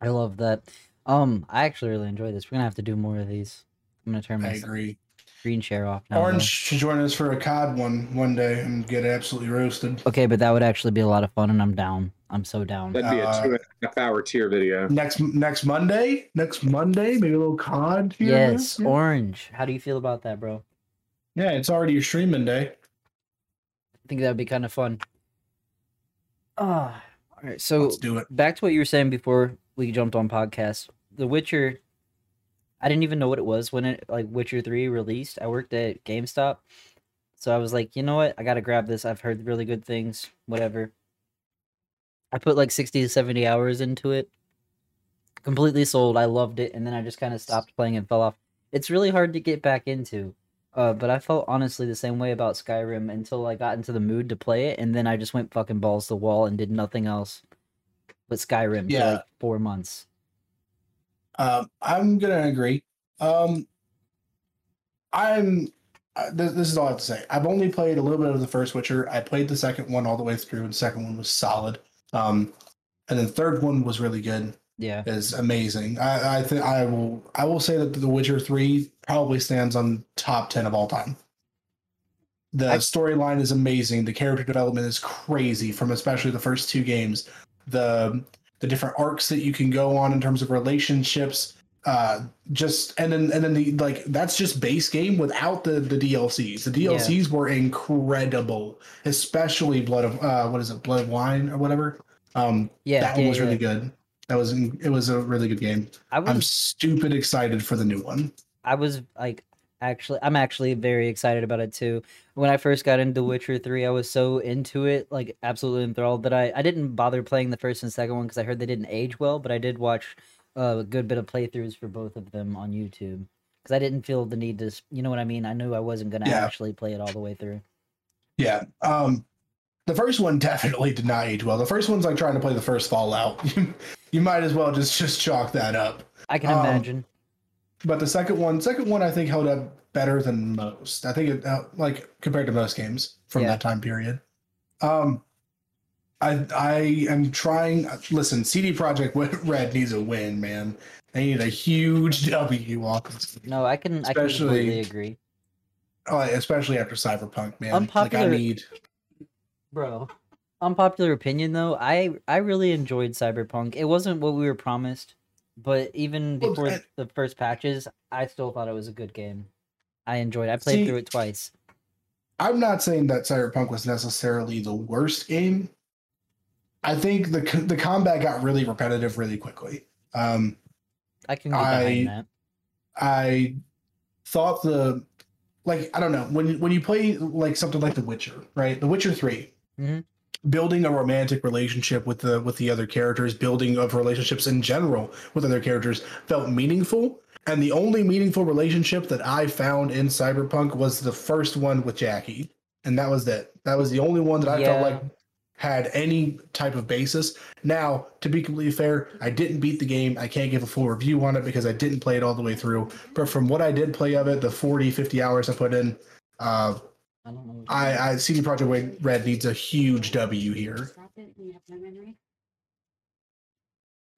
I love that. Um, I actually really enjoy this. We're gonna have to do more of these. I'm gonna turn I my agree. screen share off now. though. Orange should join us for a COD one one day and get absolutely roasted. Okay, but that would actually be a lot of fun, and I'm down. I'm so down. That'd be a Uh, two and a half hour tier video. Next next Monday, next Monday, maybe a little COD. here and yes, there. orange. How do you feel about that, bro? yeah, it's already your streaming day. I think that would be kind of fun. Ah, all right. So Let's do it. back to what you were saying before we jumped on podcast. The Witcher. I didn't even know what it was when it like Witcher Three released. I worked at GameStop, so I was like, you know what, I gotta grab this. I've heard really good things. Whatever. I put like sixty to seventy hours into it. Completely sold. I loved it, and then I just kind of stopped playing and fell off. It's really hard to get back into. Uh, but I felt honestly the same way about Skyrim until I got into the mood to play it, and then I just went fucking balls to the wall and did nothing else but Skyrim for Yeah. like four months. Um, I'm gonna agree. Um, I'm. Uh, this, this is all I have to say. I've only played a little bit of the first Witcher. I played the second one all the way through, and the second one was solid. Um, and then the third one was really good. Yeah. Is amazing. I I think I will I will say that The Witcher Three probably stands on top ten of all time. The I- storyline is amazing. The character development is crazy from especially the first two games. The the different arcs that you can go on in terms of relationships. Uh, just and then and then the like that's just base game without the the DLCs. The DLCs were incredible, especially Blood of uh, what is it, Blood of Wine or whatever. Um, Yeah. that yeah, one was really yeah. good. That was it was a really good game. I I'm was stupid excited for the new one. I was like actually I'm actually very excited about it too. When I first got into Witcher 3, I was so into it, like absolutely enthralled that I I didn't bother playing the first and second one cuz I heard they didn't age well, but I did watch uh, a good bit of playthroughs for both of them on YouTube cuz I didn't feel the need to, s- you know what I mean? I knew I wasn't going to Yeah. actually play it all the way through. Yeah. Um the first one definitely did not age well. The first one's like trying to play the first Fallout. you might as well just just chalk that up. I can Um, imagine. But the second one, second one, I think held up better than most. I think it uh, like compared to most games from Yeah. that time period. Um, I I am trying. Listen, CD Project Red needs a win, man. They need a huge W off this game. No, I can I can Especially- completely agree, Uh, especially after Cyberpunk, man. Like Unpopular- I need. bro. Unpopular opinion though, I I really enjoyed Cyberpunk. It wasn't what we were promised, but even Well, before I- the first patches, I still thought it was a good game. I enjoyed. it. I played See- through it twice. I'm not saying that Cyberpunk was necessarily the worst game. I think the co- the combat got really repetitive really quickly. Um, I can get behind I- that. I thought the like I don't know when when you play like something like The Witcher, right? The Witcher 3 Mhm. building a romantic relationship with the with the other characters, building of relationships in general with other characters felt meaningful. And the only meaningful relationship that I found in Cyberpunk was the first one with Jackie, and that was it. That was the only one that I Yeah. felt like had any type of basis. Now, to be completely fair, I didn't beat the game. I can't give a full review on it because I didn't play it all the way through. But from what I did play of it, the 40, 50 hours I put in, uh, I don't know. I, I CD Projekt Red needs a huge W here. Stop it. You have no memory.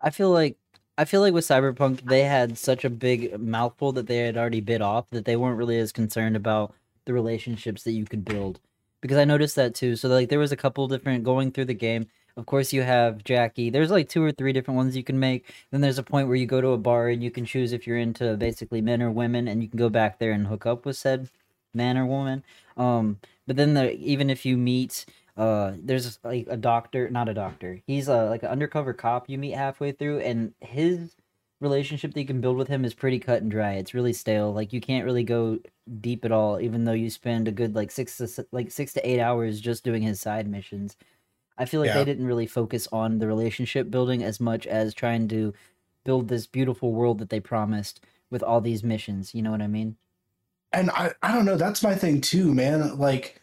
I feel like I feel like with Cyberpunk they had such a big mouthful that they had already bit off that they weren't really as concerned about the relationships that you could build. Because I noticed that too. So like there was a couple different going through the game. Of course you have Jackie. There's like two or three different ones you can make. Then there's a point where you go to a bar and you can choose if you're into basically men or women and you can go back there and hook up with said man or woman. Um but then the even if you meet uh there's like a doctor not a doctor he's a like an undercover cop you meet halfway through and his relationship that you can build with him is pretty cut and dry it's really stale like you can't really go deep at all even though you spend a good like six to s- like six to eight hours just doing his side missions i feel like Yeah. they didn't really focus on the relationship building as much as trying to build this beautiful world that they promised with all these missions you know what i mean and I, I don't know that's my thing too man like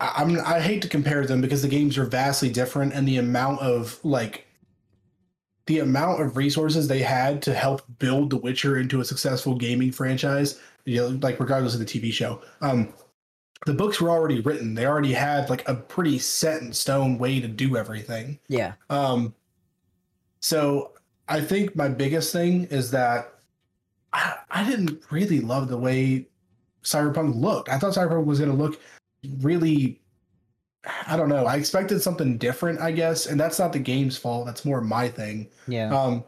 I, i'm i hate to compare them because the games are vastly different and the amount of like the amount of resources they had to help build the witcher into a successful gaming franchise you know, like regardless of the tv show um the books were already written they already had like a pretty set in stone way to do everything yeah um, so I think my biggest thing is that I, I didn't really love the way Cyberpunk looked. I thought Cyberpunk was going to look really, I don't know. I expected something different, I guess, and that's not the game's fault. That's more my thing. yeah Um,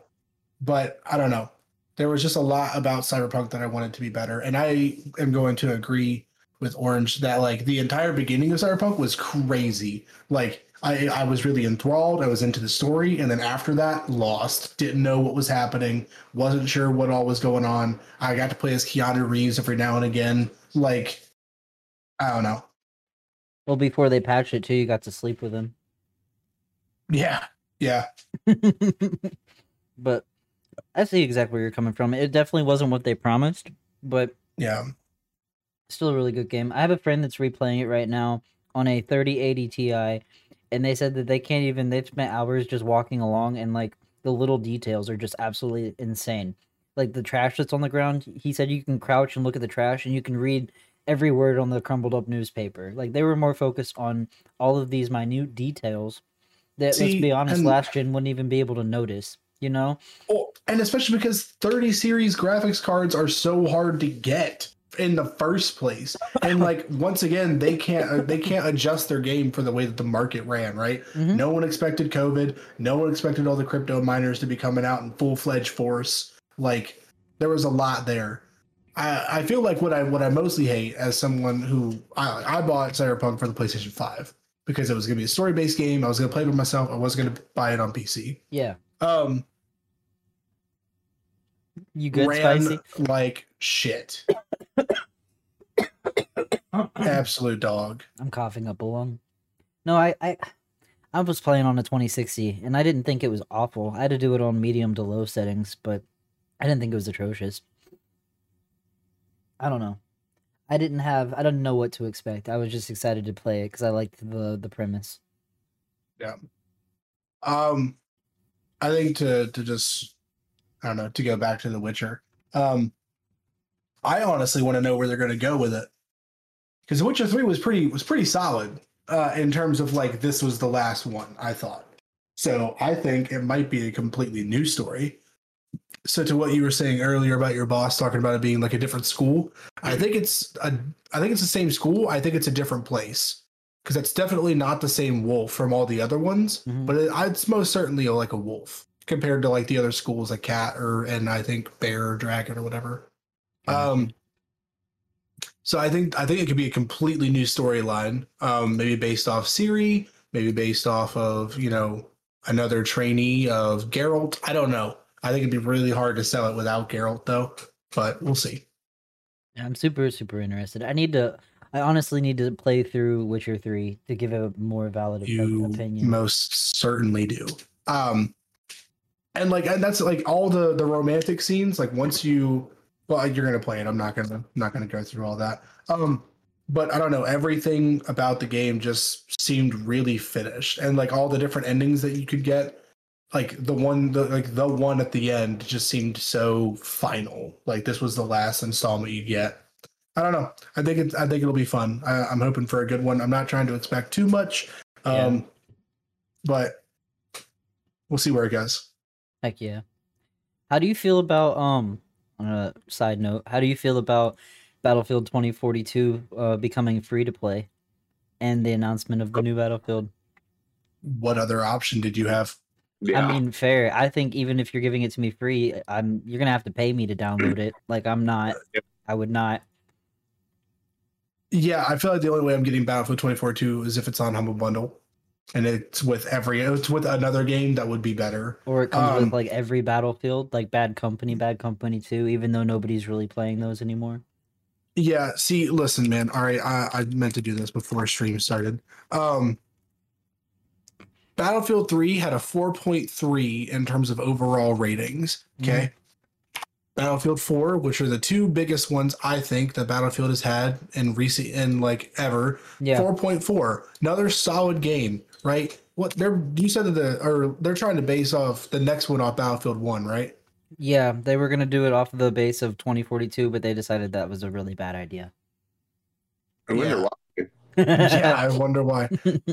but I don't know. There was just a lot about Cyberpunk that I wanted to be better, and I am going to agree with Orange that like the entire beginning of Cyberpunk was crazy. Like I, I was really enthralled. I was into the story, and then after that, lost. Didn't know what was happening. Wasn't sure what all was going on. I got to play as Keanu Reeves every now and again. Like I don't know. well before they patched it too you got to sleep with him Yeah, yeah. but I see exactly where you're coming from. It definitely wasn't what they promised, but Yeah. still a really good game. I have a friend that's replaying it right now on a 3080 Ti, and they said that they can't even. They've spent hours just walking along, and like the little details are just absolutely insane. Like the trash that's on the ground, he said you can crouch and look at the trash, and you can read every word on the crumbled up newspaper. Like they were more focused on all of these minute details that, let's See, be honest, and- last gen wouldn't even be able to notice. You know, Well, Oh, and especially because 30 series graphics cards are so hard to get in the first place. And like once again, they can't uh, they can't adjust their game for the way that the market ran, right? Mhm. No one expected COVID, no one expected all the crypto miners to be coming out in full-fledged force. Like there was a lot there. I, I feel like what I what I mostly hate as someone who I, I bought Cyberpunk for the PlayStation 5 because it was gonna be a story-based game. I was gonna play it by myself. I was gonna buy it on PC. Yeah, Um you good, ran spicy. like shit. Absolute dog. I'm coughing up a lung. No, I, I, I was playing on a 2060, and I didn't think it was awful. I had to do it on medium to low settings, but I didn't think it was atrocious. I don't know. I didn't have. I didn't know what to expect. I was just excited to play it because I liked the the premise. Um, I think to to just I don't know to go back to The Witcher. Um, I honestly want to know where they're going to go with it because Witcher Three was pretty was pretty solid uh, in terms of like this was the last one I thought. So I think it might be a completely new story. So to what you were saying earlier about your boss talking about it being like a different school, I think it's a I think it's the same school. I think it's a different place because it's definitely not the same wolf from all the other ones, Mhm. but it, it's most certainly like a wolf compared to like the other schools, a cat or and I think bear or dragon or whatever. Um, so I think I think it could be a completely new storyline, um, maybe based off Siri, maybe based off of you know another trainee of Geralt. I don't know. I think it'd be really hard to sell it without Geralt though, but we'll see. Yeah, I'm super super interested. I need to. I honestly need to play through Witcher Three to give a more valid op- you opinion. most certainly do. Um, and like and that's like all the the romantic scenes. Like once you, well, you're gonna play it. I'm not gonna I'm not gonna go through all that. Um, but I don't know. Everything about the game just seemed really finished, and like all the different endings that you could get. Like the one, the like the one at the end just seemed so final. Like this was the last installment you get. I don't know. I think it's. I think it'll be fun. I, I'm hoping for a good one. I'm not trying to expect too much. Yeah. Um, but we'll see where it goes. Heck yeah. How do you feel about um? On a side note, how do you feel about Battlefield 2042 uh, becoming free to play, and the announcement of the new Battlefield? What other option did you have? Yeah. I mean, fair. I think even if you're giving it to me free, I'm you're gonna have to pay me to download it. Like I'm not. Yep. I would not. Yeah, I feel like the only way I'm getting Battlefield 2042 is if it's on Humble Bundle, and it's with every it's with another game that would be better. Or it comes Um, with like every Battlefield, like Bad Company, Bad Company 2, even though nobody's really playing those anymore. Yeah. See, listen, man. All right, I, I meant to do this before stream started. Um, Battlefield 3 had a 4.3 in terms of overall ratings. Okay. Battlefield 4, which are the two biggest ones I think that Battlefield has had in recent in like ever. Yeah. 4.4 another solid game right what they're you said that the or they're trying to base off the next one off battlefield 1 right Yeah, they were going to do it off the base of 2042, but they decided that was a really bad idea. I wonder yeah. why. yeah i wonder why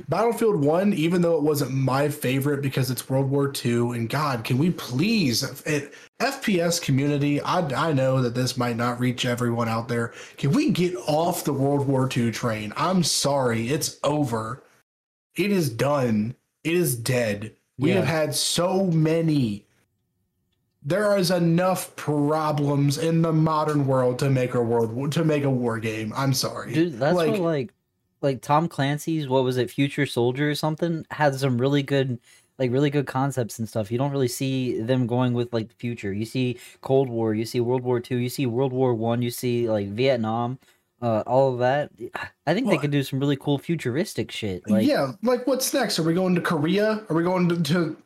battlefield 1 even though it wasn't my favorite because it's world war ii and god can we please it, fps community I, I know that this might not reach everyone out there can we get off the world war ii train i'm sorry it's over it is done it is dead we Yeah. have had so many there is enough problems in the modern world to make a world war, to make a war game i'm sorry Dude, that's like- what like like Tom Clancy's what was it, Future Soldier or something, had some really good like really good concepts and stuff. You don't really see them going with like the future. You see Cold War, you see World War Two, you see World War One, you see like Vietnam, uh, all of that. I think they Well- could do some really cool futuristic shit. Like yeah, like what's next? Are we going to Korea? Are we going to, to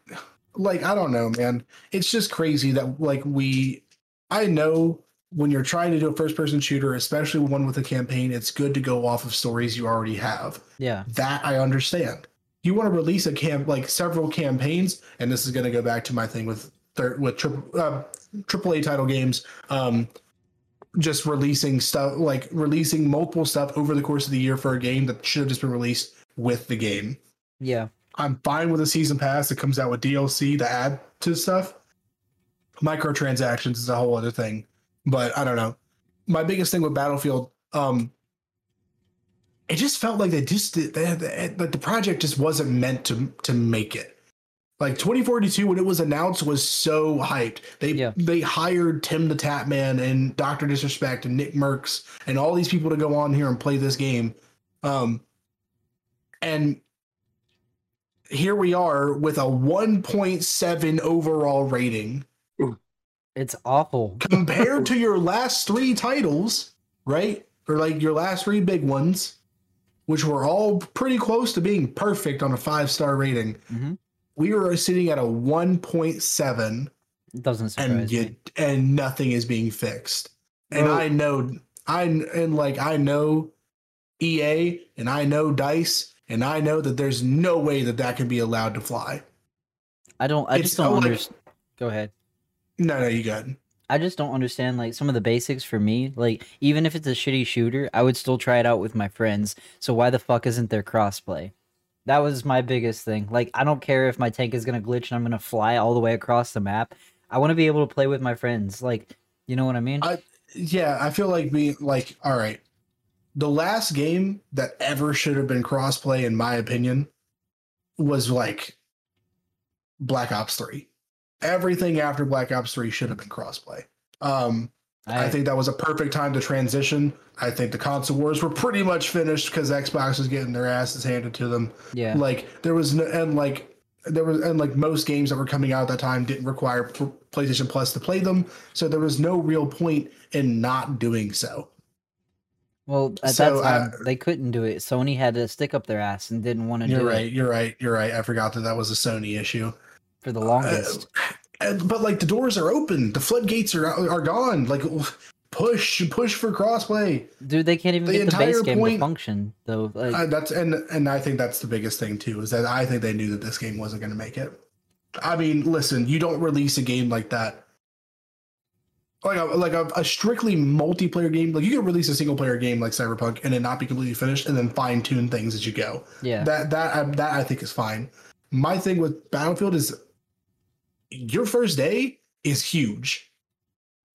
like I don't know, man. It's just crazy that like we I know when you're trying to do a first person shooter, especially one with a campaign, it's good to go off of stories you already have. yeah. That I understand. You want to release a camp like several campaigns, and this is going to go back to my thing with third with triple uh, AAA title games. Um, just releasing stuff like releasing multiple stuff over the course of the year for a game that should have just been released with the game. Yeah. I'm fine with a season pass that comes out with DLC to add to stuff. Microtransactions is a whole other thing, but I don't know. My biggest thing with Battlefield, um, it just felt like they just did- they, they, like the project just wasn't meant to to make it. Like 2042 when it was announced was so hyped. They Yeah. they hired Tim the Tap Man and Doctor Disrespect and Nick Merckx and all these people to go on here and play this game. Um, and here we are with a 1.7 overall rating It's awful. compared to your last three titles, right? Or like your last three big ones, which were all pretty close to being perfect on a five star rating. Mhm. We are sitting at a 1.7 It doesn't surprise and me. you, and nothing is being fixed. And Well- I know I and like I know EA and I know Dice and I know that there's no way that that can be allowed to fly. I don't. I It's just don't not like- understand. Go ahead. No, no, you got. I just don't understand like some of the basics for me. Like even if it's a shitty shooter, I would still try it out with my friends. So why the fuck isn't there crossplay? That was my biggest thing. Like I don't care if my tank is gonna glitch and I'm gonna fly all the way across the map. I want to be able to play with my friends. Like you know what I mean? I- Yeah, I feel like being like, all right, the last game that ever should have been crossplay, in my opinion, was like Black Ops Three. Everything after Black Ops Three should have been crossplay. Um, I, think that was a perfect time to transition. I think the console wars were pretty much finished because Xbox was getting their asses handed to them. yeah. Like there was no, and like there was and like most games that were coming out at that time didn't require P- PlayStation Plus to play them, so there was no real point in not doing so. Well, at So, that uh, time they couldn't do it. Sony had to stick up their ass and didn't want to You're do right. it You're right. You're right. I forgot that that was a Sony issue. for the Uh, longest. and- but like the doors are open, the floodgates are are gone. Like push, push for crossplay. Dude, they can't even the get the base entire game to point- function though. Like, Uh, that's and and I think that's the biggest thing too is that I think they knew that this game wasn't going to make it. I mean, listen, you don't release a game like that, like a, like a, a strictly multiplayer game. Like you can release a single player game like Cyberpunk and it not be completely finished, and then fine tune things as you go. yeah. That that I, that I think is fine. My thing with Battlefield is your first day is huge.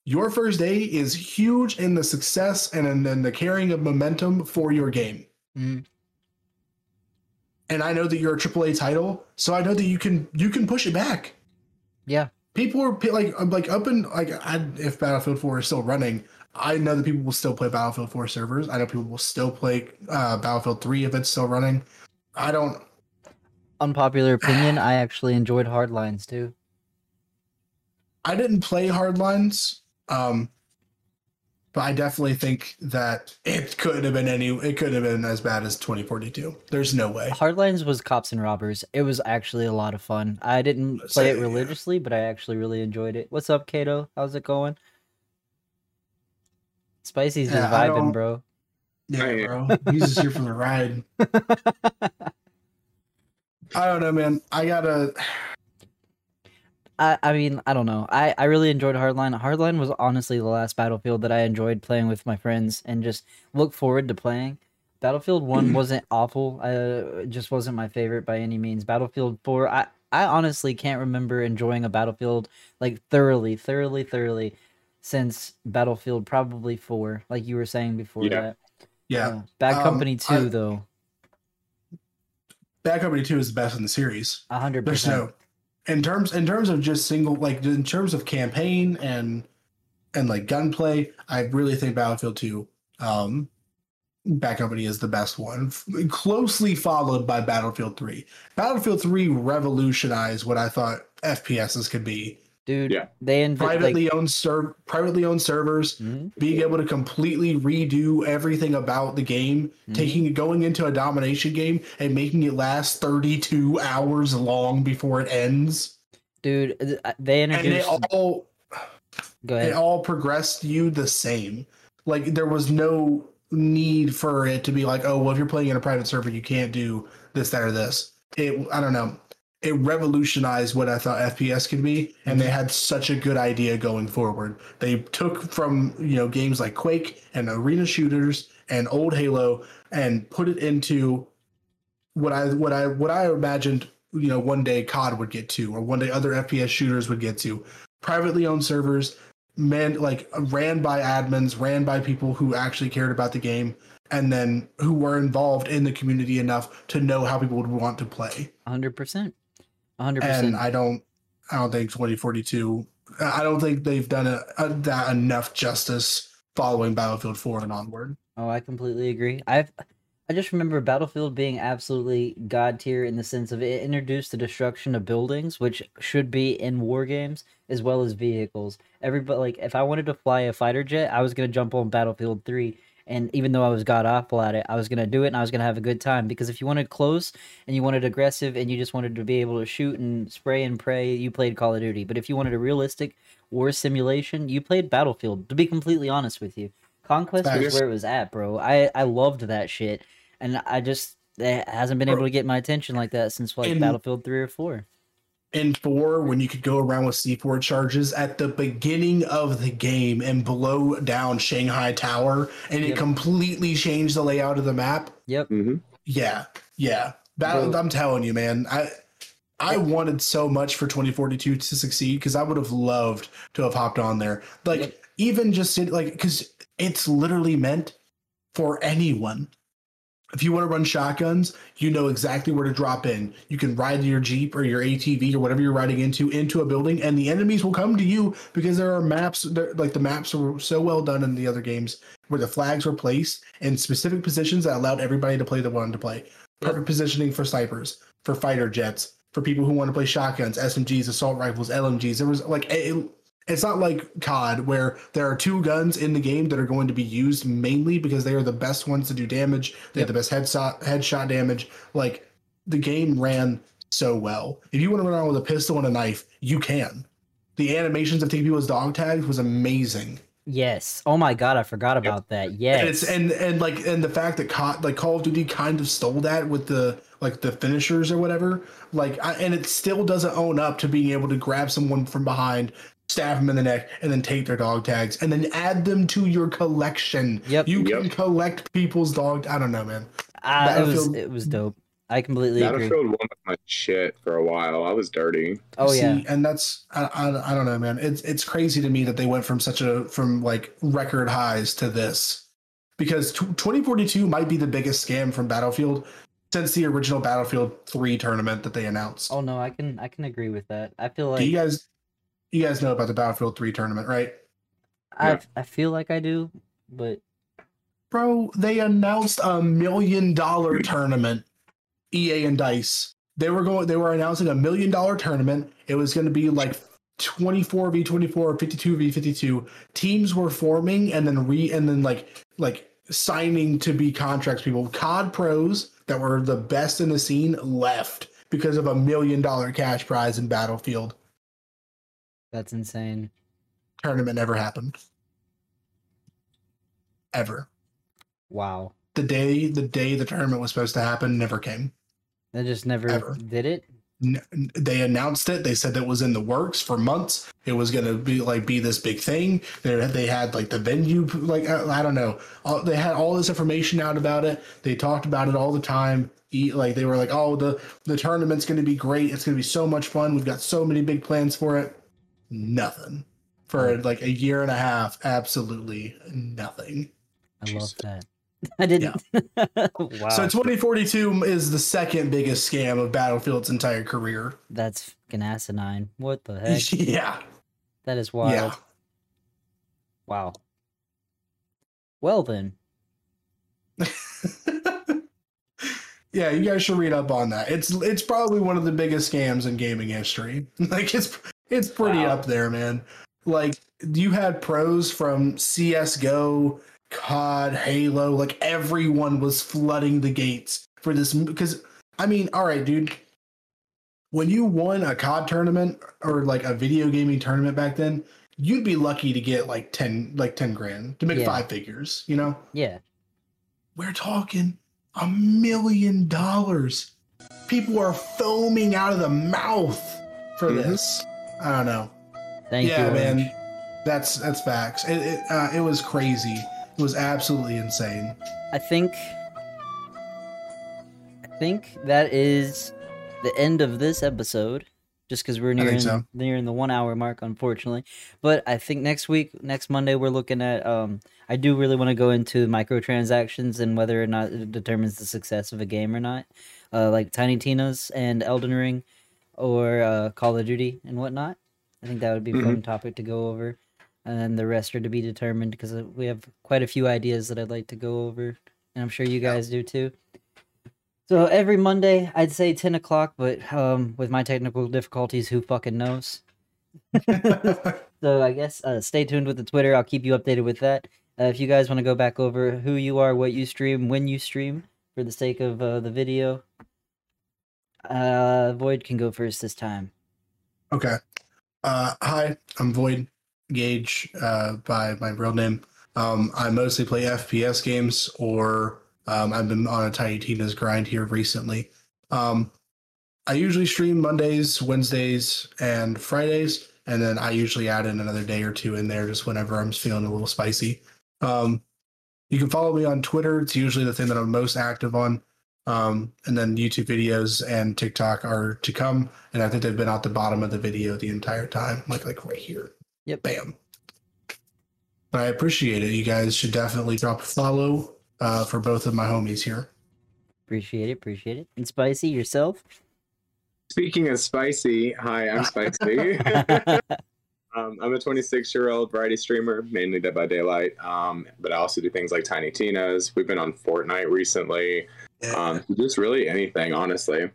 Your first day is huge in the success and in, in the carrying of momentum for your game Mm, and I know that you're a AAA title, so I know that you can you can push it back. yeah. People are pe- like I'm like up in like I, if Battlefield 4 is still running, I know that people will still play Battlefield 4 servers. I know people will still play uh, Battlefield 3 if it's still running. I don't. Unpopular opinion, I actually enjoyed Hardlines too. I didn't play Hardlines, um, but I definitely think that it couldn't have been any. It couldn't have been as bad as 2042. There's no way. Hardlines was Cops and Robbers. It was actually a lot of fun. I didn't Let's play it see. religiously, but I actually really enjoyed it. What's up, Kato? How's it going? Spicy's just Yeah, I vibing, don't- bro. Yeah, Hey. bro. He's just here for the ride. I don't know, man. I gotta. I, I mean, I don't know. I, I really enjoyed Hardline. Hardline was honestly the last Battlefield that I enjoyed playing with my friends and just look forward to playing. Battlefield Mm. 1 wasn't awful. Uh, it just wasn't my favorite by any means. Battlefield 4, I, I honestly can't remember enjoying a Battlefield like thoroughly, thoroughly, thoroughly since Battlefield probably 4, like you were saying before Yeah. that. Yeah. Uh, Bad Um, Company 2, I- though. Bad Company Two is the best in the series. 100%. There's no in terms in terms of just single like in terms of campaign and and like gunplay. I really think Battlefield Two, um, Bad Company is the best one, f- closely followed by Battlefield Three. Battlefield Three revolutionized what I thought FPSs could be. Dude, Yeah. they invented. Privately Like, owned serv privately owned servers, Mhm, being able to completely redo everything about the game, Mhm. taking going into a domination game and making it last 32 hours long before it ends. dude, th- they And it introduced. all go it ahead. all progressed you the same. Like there was no need for it to be like, oh well, if you're playing in a private server, you can't do this, that, or this. It I don't know. It revolutionized what I thought FPS could be, and Mhm. they had such a good idea going forward. They took from you know games like Quake and arena shooters and old Halo and put it into what I what I what I imagined you know one day COD would get to, or one day other FPS shooters would get to. Privately owned servers, man like ran by admins ran by people who actually cared about the game and then who were involved in the community enough to know how people would want to play hundred percent, hundred and percent. i don't i don't think 2042 i don't think they've done a, a, that enough justice following battlefield 4 and onward Oh, I completely agree. I've, I just remember Battlefield being absolutely god tier in the sense of it introduced the destruction of buildings, which should be in war games as well as vehicles. Everybody, like, if I wanted to fly a fighter jet, I was gonna jump on Battlefield Three. And even though I was god awful at it, I was gonna do it and I was gonna have a good time because if you wanted close and you wanted aggressive and you just wanted to be able to shoot and spray and pray, you played Call of Duty. But if you wanted a realistic war simulation, you played Battlefield. To be completely honest with you, Conquest was Facts. where it was at, bro. I I loved that shit, and I just it hasn't been Bro. able to get my attention like that since like And- Battlefield three or four. in four when you could go around with C4 charges at the beginning of the game and blow down Shanghai Tower and Yep. it completely changed the layout of the map. Yep. Mhm. Yeah, yeah. That, Bro. I'm telling you, man. I I wanted so much for 2042 to succeed because I would have loved to have hopped on there. Like Yep. even just in, like because it's literally meant for anyone. If you want to run shotguns, you know exactly where to drop in. You can ride your jeep or your ATV or whatever you're riding into into a building, and the enemies will come to you because there are maps. there- Like the maps were so well done in the other games where the flags were placed in specific positions that allowed everybody to play the one to play. Perfect positioning for snipers, for fighter jets, for people who want to play shotguns, SMGs, assault rifles, LMGs. There was like it, it's not like COD where there are two guns in the game that are going to be used mainly because they are the best ones to do damage. They Yep. have the best headshot headshot damage. Like the game ran so well. If you want to run around with a pistol and a knife, you can. The animations of taking people's dog tags was amazing. Yes. Oh my god, I forgot about that. Yes. And it's and and like and the fact that Co- like Call of Duty kind of stole that with the like the finishers or whatever. Like I, and it still doesn't own up to being able to grab someone from behind, stab them in the neck, and then take their dog tags and then add them to your collection. Yep. You can Yep. collect people's dog. I don't know, man. Ah, it was Battlefield- it was dope. I completely agree. Battlefield One was my shit for a while. I was dirty. Oh See, yeah. and that's I, I, I don't know, man. It's it's crazy to me that they went from such a from like record highs to this, because t- 2042 might be the biggest scam from Battlefield since the original Battlefield 3 tournament that they announced. Oh no, I can I can agree with that. I feel Do like you guys, you guys know about the Battlefield 3 tournament, right? I Yeah. I feel like I do, but Bro, they announced a million dollar tournament. EA and Dice. They were going they were announcing a million dollar tournament. It was going to be like 24 v 24, 52 v 52. Teams were forming and then re and then like like signing to be contracts people. COD pros that were the best in the scene left because of a million dollar cash prize in Battlefield. that's insane. Tournament never happened. Ever. Wow. The day the day the tournament was supposed to happen never came. That just never Ever. did it. n- they announced it. They said that was in the works for months. It was going to be like be this big thing. They they had like the venue, like I, I don't know. All, they had all this information out about it. They talked about it all the time. E- Like they were like, oh, the the tournament's going to be great. It's going to be so much fun. We've got so many big plans for it. Nothing for like a year and a half. Absolutely nothing. I Jesus. love that. I didn't. wow. So 2042 is the second biggest scam of Battlefield's entire career. that's fucking asinine. What the heck? yeah, That is wild. yeah. Wow. Well then, yeah, you guys should read up on that. It's it's probably one of the biggest scams in gaming history. Like it's it's pretty Wow. up there, man. Like you had pros from CS:GO, COD, Halo, like everyone was flooding the gates for this because I mean, all right, dude, when you won a COD tournament or like a video gaming tournament back then, you'd be lucky to get like 10 like 10 grand to make Yeah. five figures, you know? yeah. we're talking a million dollars. People are foaming out of the mouth for Mhm. this. I don't know. Mm-hmm. Thank yeah, you, man, Orange. that's that's facts. It it, uh, it was crazy. It was absolutely insane. I think I think that is the end of this episode. Just because we're think nearing so. nearing the one hour mark, unfortunately. But I think next week, next Monday, we're looking at. Um, I do really want to go into microtransactions and whether or not it determines the success of a game or not, uh, like Tiny Tina's and Elden Ring, or uh, Call of Duty and whatnot. I think that would be a Mhm. Mm-hmm. fun topic to go over, and then the rest are to be determined because we have quite a few ideas that I'd like to go over and I'm sure you guys do too. So every Monday, I'd say 10 o'clock, but um, with my technical difficulties, who fucking knows? So I guess uh, stay tuned with the Twitter. I'll keep you updated with that. Uh, if you guys want to go back over who you are, what you stream, when you stream, for the sake of uh, the video, uh, Void can go first this time. Okay. Uh, hi, I'm Void Gage uh, by my real name. Um, I mostly play FPS games, or um, I've been on a Tiny Tina's grind here recently. Um, I usually stream Mondays, Wednesdays, and Fridays, and then I usually add in another day or two in there just whenever I'm feeling a little spicy. Um, you can follow me on Twitter. It's usually the thing that I'm most active on. Um, and then YouTube videos and TikTok are to come. And I think they've been out the bottom of the video the entire time, like like right here. Yep. Bam. But I appreciate it. You guys should definitely drop a follow uh, for both of my homies here. Appreciate it. Appreciate it. And spicy yourself. Speaking of spicy, hi, I'm spicy. um, I'm a 26 year old variety streamer, mainly Dead by Daylight, um, but I also do things like Tiny Tina's. We've been on Fortnite recently. Um, just really anything, honestly.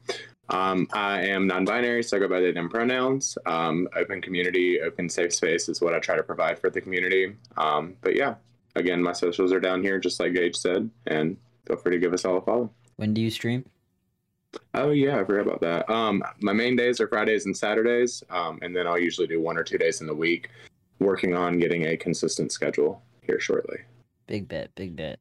Um, I am non-binary, so I go by they/them pronouns. Um, open community, open safe space is what I try to provide for the community. Um, but yeah, again, my socials are down here, just like Gage said, and feel free to give us all a follow. when do you stream? Oh yeah, I forgot about that. Um, my main days are Fridays and Saturdays, um, and then I'll usually do one or two days in the week. Working on getting a consistent schedule here shortly. Big bet. Big bet.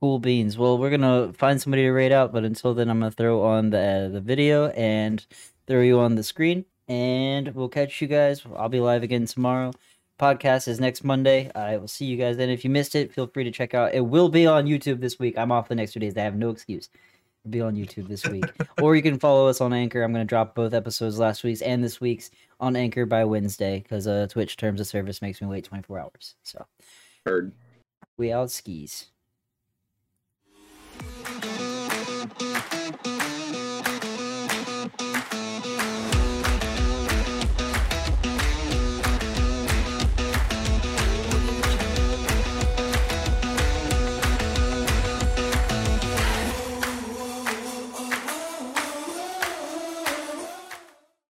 Cool beans. Well, we're gonna find somebody to rate out, but until then, I'm gonna throw on the the video and throw you on the screen, and we'll catch you guys. I'll be live again tomorrow. Podcast is next Monday. I will see you guys then. If you missed it, feel free to check out. It will be on YouTube this week. I'm off the next two days. I have no excuse. It'll be on YouTube this week, or you can follow us on Anchor. I'm gonna drop both episodes last week's and this week's on Anchor by Wednesday because uh, Twitch terms of service makes me wait 24 hours. So Heard. we out skis.